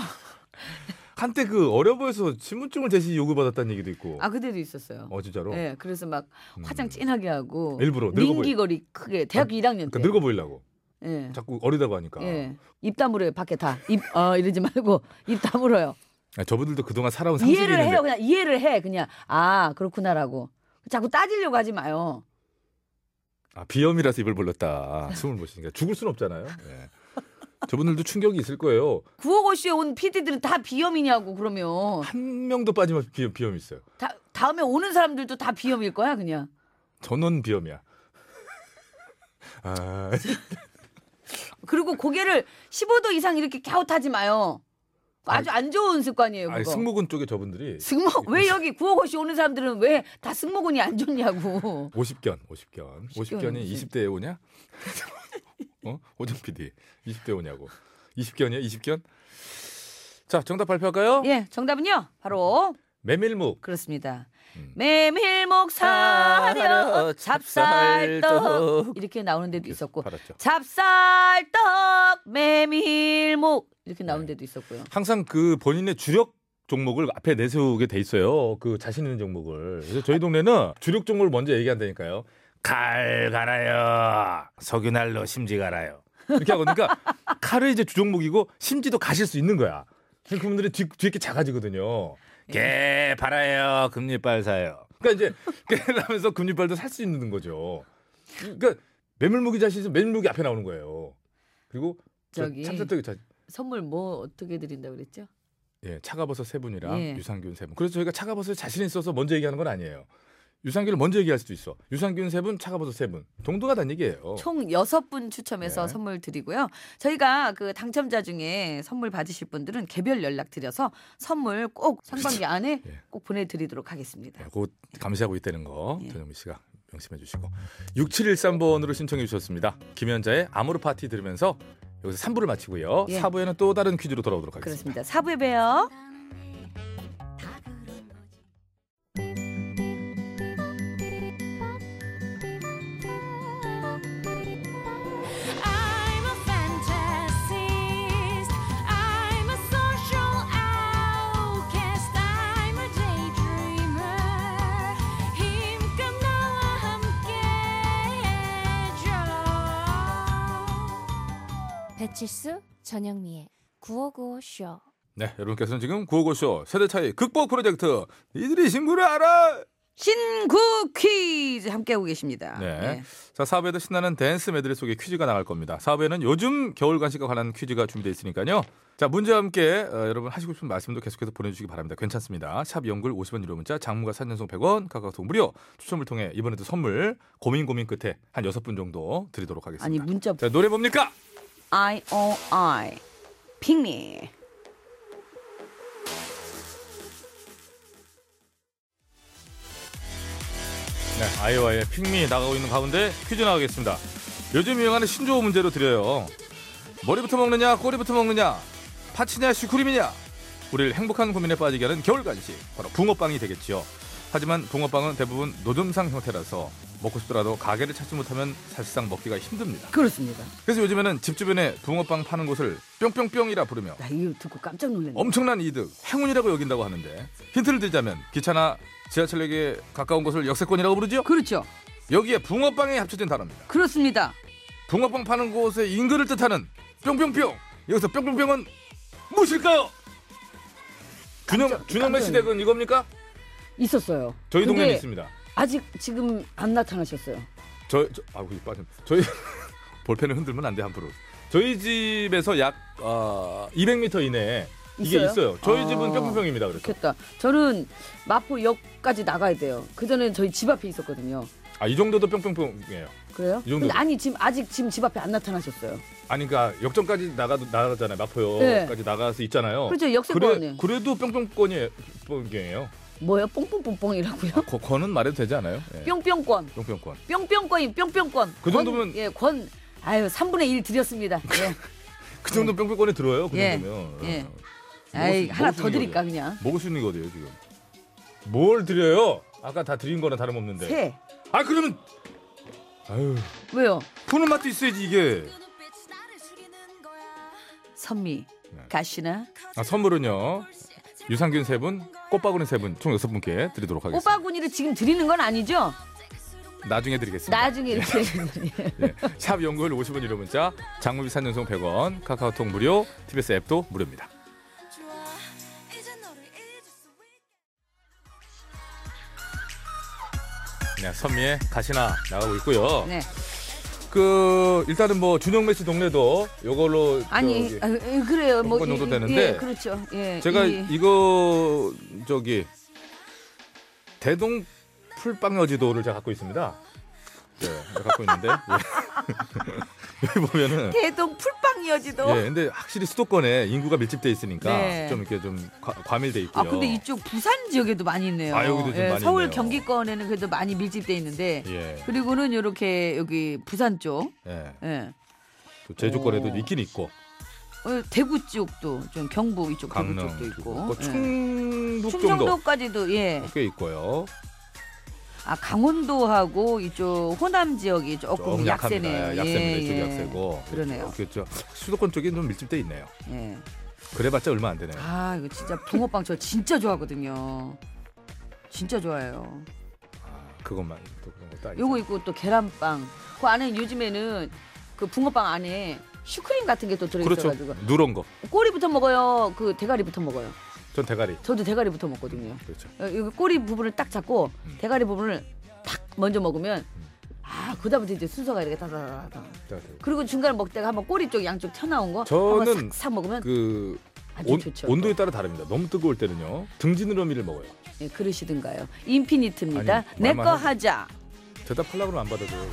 [SPEAKER 1] 한때 그 어려 보여서 신분증을 대신 요구받았다는 얘기도 있고.
[SPEAKER 8] 아 그때도 있었어요.
[SPEAKER 1] 어 진짜로?
[SPEAKER 8] 네, 그래서 막 화장 진하게 하고
[SPEAKER 1] 음. 일부러 늙어 보이-
[SPEAKER 8] 링기거리 크게 대학교 1학년 때.
[SPEAKER 1] 그러니까 늙어 아. 보이려고.
[SPEAKER 8] 예.
[SPEAKER 1] 자꾸 어리다고 하니까.
[SPEAKER 8] 예. 입 다물어요 밖에 다. 입 어 이러지 말고 (laughs) 입 다물어요.
[SPEAKER 1] 아, 저분들도 그동안 살아온 상식이
[SPEAKER 8] 이해를
[SPEAKER 1] 있는데.
[SPEAKER 8] 해요. 그냥 이해를 해. 그냥 아 그렇구나라고. 자꾸 따지려고 하지 마요.
[SPEAKER 1] 아, 비염이라서 입을 벌렸다. 숨을 못 쉬니까 죽을 순 없잖아요. 예. 저분들도 충격이 있을 거예요.
[SPEAKER 8] 구호고쇼에 온 PD들은 다 비염이냐고 그러면
[SPEAKER 1] 한 명도 빠짐없이 비염, 비염 있어요.
[SPEAKER 8] 다, 다음에 오는 사람들도 다 비염일 거야 그냥.
[SPEAKER 1] 전원
[SPEAKER 8] (laughs)
[SPEAKER 1] 비염이야. 아,
[SPEAKER 8] 그리고 고개를 15도 이상 이렇게 갸웃하지 마요. 아주 안 좋은 습관이에요. 그거.
[SPEAKER 1] 아니, 승모근 쪽에 저분들이
[SPEAKER 8] 승모 왜 여기 구호고시 오는 사람들은 왜 다 승모근이 안 (laughs) 좋냐고.
[SPEAKER 1] 50견, 50견. 50견이 20대에 오냐? (laughs) 어? 오정 PD. 20대 오냐고. 20견이야? 20견? 자, 정답 발표할까요?
[SPEAKER 8] 예, 정답은요. 바로
[SPEAKER 1] 메밀묵.
[SPEAKER 8] 그렇습니다. 메밀목 음. 사려 찹쌀떡 이렇게 나오는 데도 있었고 찹쌀떡 메밀목 이렇게 나오는 데도 있었고요.
[SPEAKER 1] 항상 그 본인의 주력 종목을 앞에 내세우게 돼 있어요. 그 자신 있는 종목을. 그래서 저희 동네는 주력 종목을 먼저 얘기한다니까요. 칼 갈아요. 석유난로 심지 갈아요. 이렇게 하고 그러니까 (laughs) 칼을 이제 주종목이고 심지도 가실 수 있는 거야. 그래서 그분들이 뒤, 뒤에 게 작아지거든요. 개 팔아요. 금리빨 사요. 그러니까 이제 (laughs) 그러면서 금리빨도 살 수 있는 거죠. 그러니까 매물무기 자신에서 매물무기 앞에 나오는 거예요. 그리고 저
[SPEAKER 8] 저기.
[SPEAKER 1] 찹쌀떡이 자,
[SPEAKER 8] 선물 뭐 어떻게 드린다 고 그랬죠?
[SPEAKER 1] 예, 차가버섯 세 분이랑
[SPEAKER 8] 예.
[SPEAKER 1] 유산균 세 분. 그래서 저희가 차가버섯 자신 있어서 먼저 얘기하는 건 아니에요. 유산균을 먼저 얘기할 수도 있어. 유산균 세 분, 차가버섯 세 분. 동등하다는 얘기예요.
[SPEAKER 8] 총 여섯 분 추첨해서 선물 드리고요. 저희가 그 당첨자 중에 선물 받으실 분들은 개별 연락 드려서 선물 꼭 상반기 안에 꼭 보내드리도록 하겠습니다.
[SPEAKER 1] 예, 곧 감시하고 있다는 거
[SPEAKER 8] 예.
[SPEAKER 1] 전영미 씨가 명심해 주시고 6713번으로 신청해 주셨습니다. 김현자의 아모르 파티 들으면서 여기서 3부를 마치고요.
[SPEAKER 8] 예.
[SPEAKER 1] 4부에는 또 다른 퀴즈로 돌아오도록 하겠습니다.
[SPEAKER 8] 그렇습니다. 사부에 봬요.
[SPEAKER 9] I'm a fantasist. I'm a social outcast. I'm a daydreamer. 힘껏 나와 함께 해줘.
[SPEAKER 12] 배칠수 전영미의 9595 쇼.
[SPEAKER 1] 네, 여러분께서는 지금 구호고쇼 세대 차이 극복 프로젝트 이들이 신구를 알아.
[SPEAKER 8] 신구 퀴즈 함께하고 계십니다.
[SPEAKER 1] 네. 자, 4부에도 신나는 댄스 메들리 속에 퀴즈가 나갈 겁니다. 4부에는 요즘 겨울 간식과 관한 퀴즈가 준비되어 있으니까요. 자, 문제와 함께 어, 여러분 하시고 싶은 말씀도 계속해서 보내주시기 바랍니다. 괜찮습니다. 샵 연글 50원 유료 문자, 장무가 3년송 100원, 각각도 무료. 추첨을 통해 이번에도 선물 고민 고민 끝에 한 6분 정도 드리도록 하겠습니다.
[SPEAKER 8] 아니, 문자-
[SPEAKER 1] 자, 노래 뭡니까?
[SPEAKER 8] I O I 핑미.
[SPEAKER 1] 네, 아이오아이의 핑미 나가고 있는 가운데 퀴즈 나가겠습니다. 요즘 유행하는 신조어 문제로 드려요. 머리부터 먹느냐, 꼬리부터 먹느냐, 파치냐, 슈크림이냐. 우리를 행복한 고민에 빠지게 하는 겨울 간식, 바로 붕어빵이 되겠지요. 하지만 붕어빵은 대부분 노점상 형태라서 먹고 싶더라도 가게를 찾지 못하면 사실상 먹기가 힘듭니다.
[SPEAKER 8] 그렇습니다.
[SPEAKER 1] 그래서 요즘에는 집 주변에 붕어빵 파는 곳을 뿅뿅뿅이라 부르며
[SPEAKER 8] 나 이거 듣고 깜짝 놀랐네.
[SPEAKER 1] 엄청난 이득, 행운이라고 여긴다고 하는데 힌트를 드리자면 기차나 지하철역에 가까운 곳을 역세권이라고 부르죠?
[SPEAKER 8] 그렇죠.
[SPEAKER 1] 여기에 붕어빵이 합쳐진 단어입니다.
[SPEAKER 8] 그렇습니다.
[SPEAKER 1] 붕어빵 파는 곳의 인근을 뜻하는 뿅뿅뿅. 여기서 뿅뿅뿅은 무엇일까요? 준영 준영배 씨 댁은 이겁니까?
[SPEAKER 8] 있었어요.
[SPEAKER 1] 저희
[SPEAKER 8] 근데
[SPEAKER 1] 동네에 있습니다.
[SPEAKER 8] 아직 지금 안 나타나셨어요.
[SPEAKER 1] 저, 저 아우 이 빠짐. 저희 (laughs) 볼펜을 흔들면 안 돼 함부로. 저희 집에서 약 어, 200m 이내에 이게
[SPEAKER 8] 있어요?
[SPEAKER 1] 있어요. 저희
[SPEAKER 8] 아.
[SPEAKER 1] 집은 뿅뿅뿅입니다. 그래서
[SPEAKER 8] 좋겠다. 저는 마포역까지 나가야 돼요. 그 전에 저희 집 앞에 있었거든요.
[SPEAKER 1] 아 이 정도도 뿅뿅뿅이에요.
[SPEAKER 8] 그래요?
[SPEAKER 1] 이 정도.
[SPEAKER 8] 근데 아니 지금 아직 지금 집 앞에 안 나타나셨어요.
[SPEAKER 1] 아니 그러니까 역전까지 나가도 나가잖아요. 마포역까지 나가서 있잖아요.
[SPEAKER 8] 그렇죠, 네.
[SPEAKER 1] 그래,
[SPEAKER 8] 역세권이에요.
[SPEAKER 1] 그래도 뿅뿅권이에요. 뿅뿅이에요.
[SPEAKER 8] 뭐요? 뽕뽕뽕뽕이라고요? (laughs)
[SPEAKER 6] 거, 거는 말해도 되지 않아요? 예.
[SPEAKER 8] 뿅뿅권.
[SPEAKER 6] 뿅뿅권.
[SPEAKER 8] 뿅뿅권이 뿅뿅권.
[SPEAKER 6] 그 정도면-
[SPEAKER 8] 권, 예, 권 아유, 3분의 1
[SPEAKER 1] (laughs)
[SPEAKER 8] 드렸습니다. 예.
[SPEAKER 6] 그 정도 뿅뿅권에 들어요. 그
[SPEAKER 8] 네. 예.
[SPEAKER 1] 아.
[SPEAKER 6] 정도면.
[SPEAKER 8] 예.
[SPEAKER 6] 먹을
[SPEAKER 8] 아이,
[SPEAKER 6] 수-
[SPEAKER 8] 하나
[SPEAKER 6] 먹을 수
[SPEAKER 8] 더
[SPEAKER 6] 있는
[SPEAKER 8] 드릴까
[SPEAKER 6] 거죠.
[SPEAKER 8] 그냥.
[SPEAKER 6] 먹을 수 있는 거대요 지금. 뭘 드려요? 아까 다 드린 거나 다름없는데.
[SPEAKER 8] 새.
[SPEAKER 6] 아 그러면 아유
[SPEAKER 8] 왜요?
[SPEAKER 6] 푸는 맛도 있어야지 이게.
[SPEAKER 8] 선미, 가시나?
[SPEAKER 1] 아, 선물은요. 유산균 세분 꽃바구니 세분총 여섯 분께 드리도록 하겠습니다.
[SPEAKER 8] 꼬바구니를 지금 드리는 건 아니죠?
[SPEAKER 1] 나중에 드리겠습니다.
[SPEAKER 8] 나중에 이렇게
[SPEAKER 1] 샵 연구일 50원 유료 문자, 장무비 3년송 100원, 카카오톡 무료, TBS 앱도 무료입니다. 네, 선미의 가시나 나가고 있고요.
[SPEAKER 8] 네.
[SPEAKER 1] 그 일단은 뭐 준영매 씨 동네도 이걸로
[SPEAKER 8] 아니
[SPEAKER 1] 저기
[SPEAKER 8] 아, 아, 그래요 뭐
[SPEAKER 1] 정도
[SPEAKER 8] 이- 이-
[SPEAKER 1] 되는데
[SPEAKER 8] 예, 그렇죠 예
[SPEAKER 1] 제가
[SPEAKER 8] 이-
[SPEAKER 1] 이거 저기 대동 풀빵 여지도를 제가 갖고 있습니다. 네, 갖고 있는데 예. (laughs) 여기 보면은
[SPEAKER 7] 대동 풀빵 여지도.
[SPEAKER 1] 예, 근데 확실히 수도권에 인구가 밀집돼 있으니까
[SPEAKER 8] 네.
[SPEAKER 1] 좀 이렇게 좀 과, 밀돼 있고요.
[SPEAKER 8] 아 근데 이쪽 부산 지역에도 많이 있네요
[SPEAKER 1] 예. 아, 여기도 좀
[SPEAKER 8] 예,
[SPEAKER 1] 많이
[SPEAKER 8] 서울
[SPEAKER 1] 있네요.
[SPEAKER 8] 경기권에는 그래도 많이 밀집돼 있는데
[SPEAKER 1] 예.
[SPEAKER 8] 그리고는 이렇게 여기 부산 쪽
[SPEAKER 1] 예.
[SPEAKER 8] 예.
[SPEAKER 1] 또 제주권에도 있긴 있고
[SPEAKER 8] 어, 대구 쪽도 좀 경북 이쪽
[SPEAKER 1] 강릉
[SPEAKER 8] 대구 쪽도 있고
[SPEAKER 1] 뭐
[SPEAKER 8] 예.
[SPEAKER 1] 충북 정도.
[SPEAKER 8] 충청도까지도 예.
[SPEAKER 1] 꽤 있고요.
[SPEAKER 8] 아 강원도하고 이쪽 호남 지역이 조금
[SPEAKER 1] 조금 약합니다.
[SPEAKER 8] 약세네요.
[SPEAKER 1] 예, 약세입니다.
[SPEAKER 8] 예,
[SPEAKER 1] 이쪽이
[SPEAKER 8] 예.
[SPEAKER 1] 약세고.
[SPEAKER 8] 그러네요.
[SPEAKER 1] 그렇죠. 수도권 쪽이 좀 밀집돼 있네요.
[SPEAKER 8] 예.
[SPEAKER 1] 그래봤자 얼마 안 되네요.
[SPEAKER 8] 아 이거 진짜 붕어빵 저 진짜 좋아하거든요. 진짜 좋아해요.
[SPEAKER 1] 그것만 또 그런 것도 아니고.
[SPEAKER 8] 요거 있고 또 계란빵. 그 안에 요즘에는 그 붕어빵 안에 슈크림 같은 게 또
[SPEAKER 1] 그렇죠.
[SPEAKER 8] 들어있어가지고
[SPEAKER 1] 누런 거.
[SPEAKER 8] 꼬리부터 먹어요. 그 대가리부터 먹어요.
[SPEAKER 1] 전 대가리.
[SPEAKER 8] 저도 대가리부터 먹거든요.
[SPEAKER 1] 그렇죠.
[SPEAKER 8] 어, 여기 꼬리 부분을 딱 잡고
[SPEAKER 1] 음.
[SPEAKER 8] 대가리 부분을 탁 먼저 먹으면 아 그다음부터 이제 순서가 이렇게 다다다다. 그리고 중간에 먹다가 한번 꼬리 쪽 양쪽 튀어나온 거 한번
[SPEAKER 1] 저는
[SPEAKER 8] 싹싹 먹으면
[SPEAKER 1] 그
[SPEAKER 8] 아주
[SPEAKER 1] 온,
[SPEAKER 8] 좋죠. 네.
[SPEAKER 1] 온도에 따라 다릅니다. 너무 뜨거울 때는요. 등지느러미를 먹어요.
[SPEAKER 8] 예, 그러시든가요. 인피니트입니다.
[SPEAKER 1] 아니,
[SPEAKER 8] 내 거
[SPEAKER 1] 말만 하-
[SPEAKER 8] 하자.
[SPEAKER 1] 대답하려고 하면 안 받아줘요.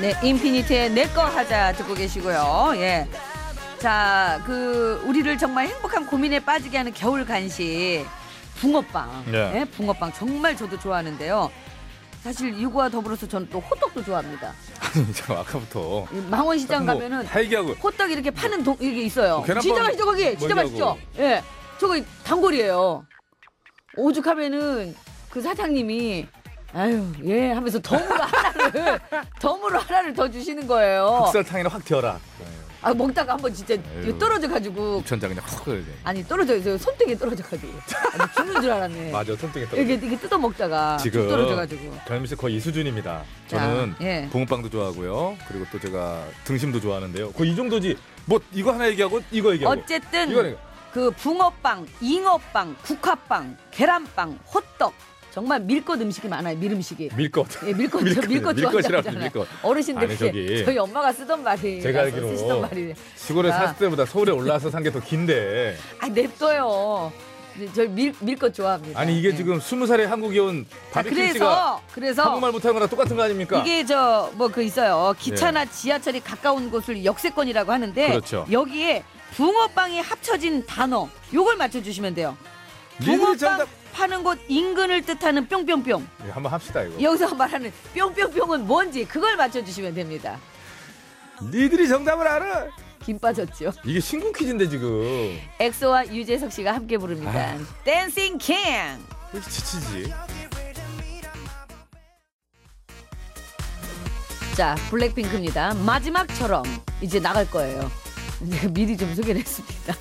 [SPEAKER 8] 네, 인피니트의 내 거 하자 듣고 계시고요. 예. 자, 그 우리를 정말 행복한 고민에 빠지게 하는 겨울 간식 붕어빵.
[SPEAKER 9] 네.
[SPEAKER 8] 예, 붕어빵 정말 저도 좋아하는데요. 사실 이거와 더불어서 저는 또 호떡도 좋아합니다.
[SPEAKER 1] 아니, (laughs) 참 아까부터.
[SPEAKER 8] 이 망원시장
[SPEAKER 1] 뭐
[SPEAKER 8] 가면은
[SPEAKER 1] 달기하고
[SPEAKER 8] 호떡 이렇게 파는 동 이게 있어요.
[SPEAKER 1] 그 계란빵
[SPEAKER 8] 진짜 맛있죠 거기. 진짜
[SPEAKER 1] 뭐냐고.
[SPEAKER 8] 맛있죠. 예, 저거 단골이에요. 오죽하면은 그 사장님이 아유 예 하면서 덤으로
[SPEAKER 1] (laughs)
[SPEAKER 8] 하나를 덤으로 하나를 더 주시는 거예요.
[SPEAKER 1] 흑설탕이나 확 튀어라.
[SPEAKER 8] 아 먹다가 한번 진짜
[SPEAKER 1] 아유.
[SPEAKER 8] 떨어져 가지고
[SPEAKER 1] 입천장 그냥 확 걸려.
[SPEAKER 8] 아니 떨어져 있어요. 손등에 떨어져 가지고 죽는 줄
[SPEAKER 1] (laughs)
[SPEAKER 8] 알았네.
[SPEAKER 1] 맞아, 손등에 떨어져.
[SPEAKER 8] 이게 이게 뜯어 먹다가
[SPEAKER 1] 지금
[SPEAKER 8] 떨어져 가지고.
[SPEAKER 1] 젊은 씨 거의 이 수준입니다.
[SPEAKER 8] 자,
[SPEAKER 1] 저는
[SPEAKER 8] 예.
[SPEAKER 1] 붕어빵도 좋아하고요. 그리고 또 제가 등심도 좋아하는데요. 거의 이 정도지. 뭐 이거 하나 얘기하고 이거 얘기하고.
[SPEAKER 8] 어쨌든
[SPEAKER 1] 이거 얘기하고.
[SPEAKER 8] 그 붕어빵, 잉어빵, 국화빵, 계란빵, 호떡 정말 밀꽃 음식이 많아요. 밀 음식이.
[SPEAKER 1] 밀것.
[SPEAKER 8] 예, 밀꽃
[SPEAKER 1] 밀-
[SPEAKER 8] 밀, 꽃
[SPEAKER 1] 밀것이라고
[SPEAKER 8] 좋아하잖아요.
[SPEAKER 1] 밀것.
[SPEAKER 8] 어르신들
[SPEAKER 1] 아니,
[SPEAKER 8] 저기
[SPEAKER 1] 저기.
[SPEAKER 8] 저희 엄마가 쓰던 말이
[SPEAKER 1] 제가 알기로
[SPEAKER 8] 쓰시던 말이
[SPEAKER 1] 시골에
[SPEAKER 8] 아,
[SPEAKER 1] 샀을 때보다 서울에 올라와서 산 게 더 긴데.
[SPEAKER 8] 아 냅둬요. 네, 저밀 밀꽃 좋아합니다.
[SPEAKER 1] 아니 이게 지금 스무 살에 한국에 온
[SPEAKER 8] 네. 자,
[SPEAKER 1] 바비킴
[SPEAKER 8] 그래서
[SPEAKER 1] 씨가
[SPEAKER 8] 그래서
[SPEAKER 1] 한국말 못하는 거랑 똑같은 거 아닙니까?
[SPEAKER 8] 이게 저 뭐 그 있어요. 기차나
[SPEAKER 1] 예.
[SPEAKER 8] 지하철이 가까운 곳을 역세권이라고 하는데
[SPEAKER 1] 그렇죠.
[SPEAKER 8] 여기에 붕어빵이 합쳐진 단어 요걸 맞춰주시면 돼요.
[SPEAKER 1] 니들이
[SPEAKER 8] 붕어빵
[SPEAKER 1] 정답.
[SPEAKER 8] 파는 곳 인근을 뜻하는 뿅뿅뿅.
[SPEAKER 1] 예, 한번 합시다 이거.
[SPEAKER 8] 여기서 말하는 뿅뿅뿅은 뭔지 그걸 맞춰주시면 됩니다.
[SPEAKER 1] 니들이 정답을 알아.
[SPEAKER 8] 김 빠졌죠.
[SPEAKER 1] 이게 신곡 퀴즈인데 지금.
[SPEAKER 8] 엑소와 유재석 씨가 함께 부릅니다. 댄싱 킹.
[SPEAKER 1] 왜 이렇게 지치지?
[SPEAKER 8] 자, 블랙핑크입니다. 마지막처럼 이제 나갈 거예요. (laughs) 이제 미리 좀 소개를 했습니다.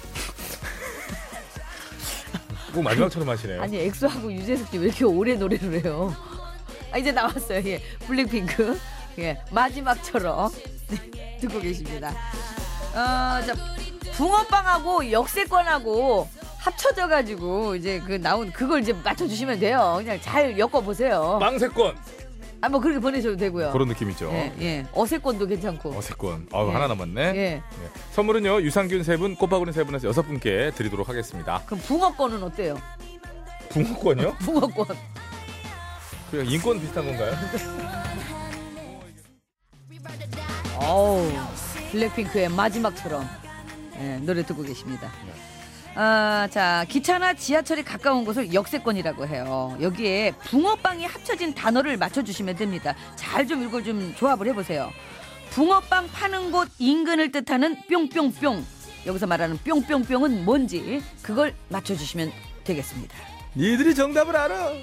[SPEAKER 1] 꼭 마지막처럼 하시네요.
[SPEAKER 8] 아니 엑소하고 유재석 씨 왜 이렇게 오래 노래를 해요? (laughs) 아, 이제 나왔어요. 예, 블랙핑크. 예, 마지막처럼 (laughs) 네, 듣고 계십니다. 어, 자, 붕어빵하고 역세권하고 합쳐져 가지고 이제 그 나온 그걸 이제 맞춰주시면 돼요. 그냥 잘 엮어 보세요.
[SPEAKER 1] 빵세권.
[SPEAKER 8] 아, 뭐 그렇게 보내셔도 되고요.
[SPEAKER 1] 그런 느낌이죠.
[SPEAKER 8] 예, 예. 어세권도 괜찮고.
[SPEAKER 1] 어세권. 아우
[SPEAKER 8] 예.
[SPEAKER 1] 하나 남았네.
[SPEAKER 8] 예.
[SPEAKER 1] 예. 선물은요 유산균 세 분, 꽃바구니 세 분에서 여섯 분께 드리도록 하겠습니다.
[SPEAKER 8] 그럼 붕어권은 어때요?
[SPEAKER 1] 붕어권이요?
[SPEAKER 8] (laughs) 붕어권.
[SPEAKER 1] 그냥 인권 비슷한
[SPEAKER 8] (laughs)
[SPEAKER 1] 건가요?
[SPEAKER 8] 어우, 블랙핑크의 마지막처럼 예, 노래 듣고 계십니다. 아, 자, 기차나 지하철이 가까운 곳을 역세권이라고 해요. 여기에 붕어빵이 합쳐진 단어를 맞춰주시면 됩니다. 잘 좀 읽고 좀 조합을 해보세요. 붕어빵 파는 곳 인근을 뜻하는 뿅뿅뿅. 여기서 말하는 뿅뿅뿅은 뭔지 그걸 맞춰주시면 되겠습니다.
[SPEAKER 11] 니들이 정답을 알아.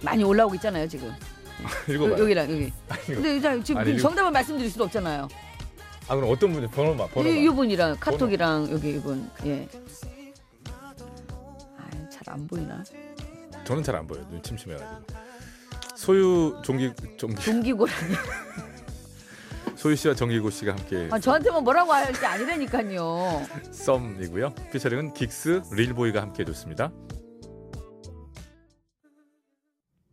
[SPEAKER 8] 많이 올라오고 있잖아요, 지금.
[SPEAKER 1] 읽어봐요.
[SPEAKER 8] 어, 요-
[SPEAKER 1] (laughs)
[SPEAKER 8] 여기랑 여기. 근데 일단 지금
[SPEAKER 1] 아니, 이거-
[SPEAKER 8] 정답을 말씀드릴 수도 없잖아요.
[SPEAKER 1] 아 그럼 어떤 분이 번호만 번호만.
[SPEAKER 8] 이, 이분이랑 카톡이랑 여기 이분. 예. 잘 안 보이나?
[SPEAKER 1] 저는 잘 안 보여요. 눈 침침해가지고. 소유 종기 종기
[SPEAKER 8] 동기고라니.
[SPEAKER 1] 소유 씨와 정기고 씨가 함께
[SPEAKER 8] 아, 저한테만 뭐라고 할지 아니라니까요.
[SPEAKER 1] 썸이고요. 피처링은 긱스 릴보이가 함께 해줬습니다.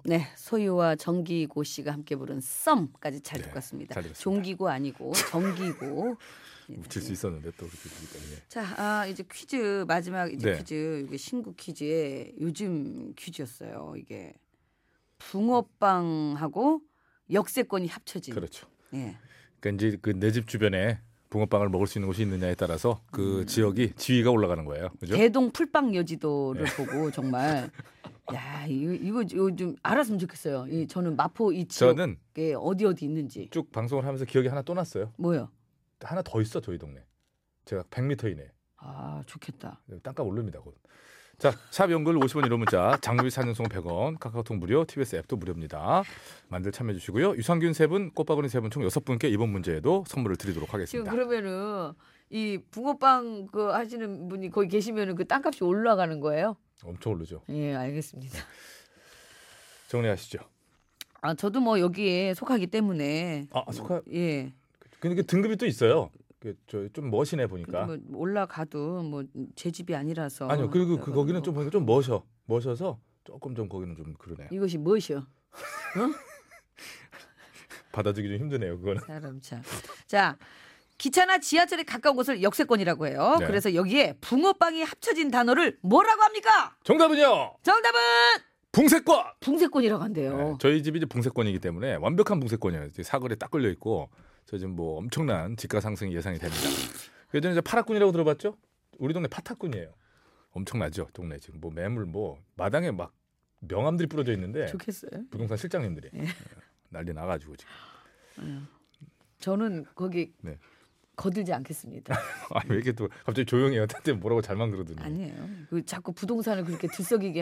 [SPEAKER 8] 네, 소유와 정기고 씨가 함께 부른 썸까지 잘 듣고 왔습니다.
[SPEAKER 1] 네, 잘 들었습니다.
[SPEAKER 8] 종기고 아니고
[SPEAKER 1] (laughs)
[SPEAKER 8] 정기고. 예.
[SPEAKER 1] 묻힐 수 있었는데 또 그렇게 되기 때문에.
[SPEAKER 8] 자, 아, 이제 퀴즈 마지막 이제
[SPEAKER 1] 네.
[SPEAKER 8] 퀴즈 이게 신구 퀴즈의 요즘 퀴즈였어요. 이게 붕어빵하고 역세권이 합쳐진.
[SPEAKER 1] 그렇죠.
[SPEAKER 8] 예.
[SPEAKER 1] 그러니까 이제 그 내 집 주변에 붕어빵을 먹을 수 있는 곳이 있느냐에 따라서 그 지역이 지위가 올라가는 거예요. 예. 그죠?
[SPEAKER 8] 음. 대동 풀빵 여지도를 보고 정말 야 이거 이거 좀- 좀 알았으면 좋겠어요. 이 저는 마포 이 지역에
[SPEAKER 1] 저는
[SPEAKER 8] 어디 어디 있는지
[SPEAKER 1] 쭉 방송을 하면서 기억이 하나 또 났어요.
[SPEAKER 8] 뭐요?
[SPEAKER 1] 하나 더 있어 저희 동네. 제가 100m 이내.
[SPEAKER 8] 아 좋겠다.
[SPEAKER 1] 땅값 오릅니다 곧. 자, 샵 연글 50원 이호 문자, 장비 사년송 100원, 카카오톡 무료, TBS 앱도 무료입니다. 만들 참여해 주시고요. 유산균 세분 꽃바구니 세분총 여섯 분께 이번 문제에도 선물을 드리도록
[SPEAKER 8] 지금
[SPEAKER 1] 하겠습니다.
[SPEAKER 8] 그러면은 이 붕어빵 그 하시는 분이 거기 계시면은 그 땅값이 올라가는 거예요?
[SPEAKER 1] 엄청 오르죠.
[SPEAKER 8] 예, 알겠습니다.
[SPEAKER 1] 정리하시죠.
[SPEAKER 8] 아 저도 뭐 여기에 속하기 때문에
[SPEAKER 1] 아, 속하-
[SPEAKER 8] 예.
[SPEAKER 1] 근데 그 등급이 또 있어요. 그저좀 멋이네 보니까.
[SPEAKER 8] 뭐 올라가도 뭐 제 집이 아니라서
[SPEAKER 1] 아. 아니요. 그리고 그 거기는 좀 보니까 좀 멋셔. 멋셔서 조금 좀 거기는 좀 그러네요.
[SPEAKER 8] 이것이 무엇이요?
[SPEAKER 1] 받아주기 좀 힘드네요. 그거는.
[SPEAKER 8] 사람 참. 자, 기차나 지하철에 가까운 곳을 역세권이라고 해요.
[SPEAKER 1] 네.
[SPEAKER 8] 그래서 여기에 붕어빵이 합쳐진 단어를 뭐라고 합니까?
[SPEAKER 1] 정답은요.
[SPEAKER 8] 정답은
[SPEAKER 1] 붕세권.
[SPEAKER 8] 붕세권이라고 한대요.
[SPEAKER 1] 네, 저희 집이 이제 붕세권이기 때문에 완벽한 붕세권이에요. 이제 사거리에 딱 걸려 있고 저 지금 뭐 엄청난 집가 상승이 예상이 됩니다. 그 예전에 이제 파라군이라고 들어봤죠? 우리 동네 파타군이에요. 엄청나죠 동네 지금 뭐 매물 뭐 마당에 막 명함들이 뿌려져 있는데
[SPEAKER 8] 좋겠어요.
[SPEAKER 1] 부동산 실장님들이
[SPEAKER 8] 예.
[SPEAKER 1] 네, 난리 나가지고 지금 (laughs)
[SPEAKER 8] 저는 거기
[SPEAKER 1] 네. (laughs)
[SPEAKER 8] 거들지 않겠습니다.
[SPEAKER 1] 아니 왜 이렇게 또 갑자기 조용해요? (laughs) 나한테 뭐라고 잘만 그러더니
[SPEAKER 8] 아니에요. 그 자꾸 부동산을 그렇게 들썩이게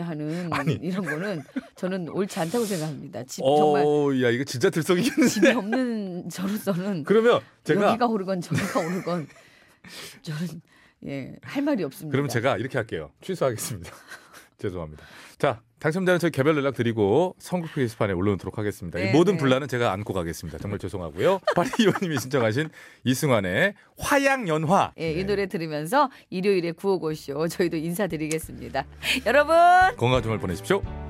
[SPEAKER 1] (laughs)
[SPEAKER 8] 하는
[SPEAKER 1] 아니.
[SPEAKER 8] 이런 거는 저는 옳지 않다고 생각합니다. 집 정말
[SPEAKER 1] 어, 야 이거 진짜 들썩이겠는데.
[SPEAKER 8] 없는 저로서는
[SPEAKER 1] (laughs) 그러면 제가
[SPEAKER 8] 여기가 오르건 저기가 오르건 저는 예 할 말이 없습니다.
[SPEAKER 1] 그럼 제가 이렇게 할게요. 취소하겠습니다. (laughs) 죄송합니다. 자, 당첨자는 저희 개별 연락 드리고 선곡 게시판에 올려놓도록 하겠습니다. 이
[SPEAKER 8] 네,
[SPEAKER 1] 모든
[SPEAKER 8] 네.
[SPEAKER 1] 분란은 제가 안고 가겠습니다. 정말 죄송하고요. (laughs) 파리의원님이 신청하신 이승환의 화양연화.
[SPEAKER 8] 예, 이 노래 들으면서 일요일에 구호고쇼 저희도 인사드리겠습니다. (laughs) 여러분
[SPEAKER 1] 건강 한 주말 보내십시오.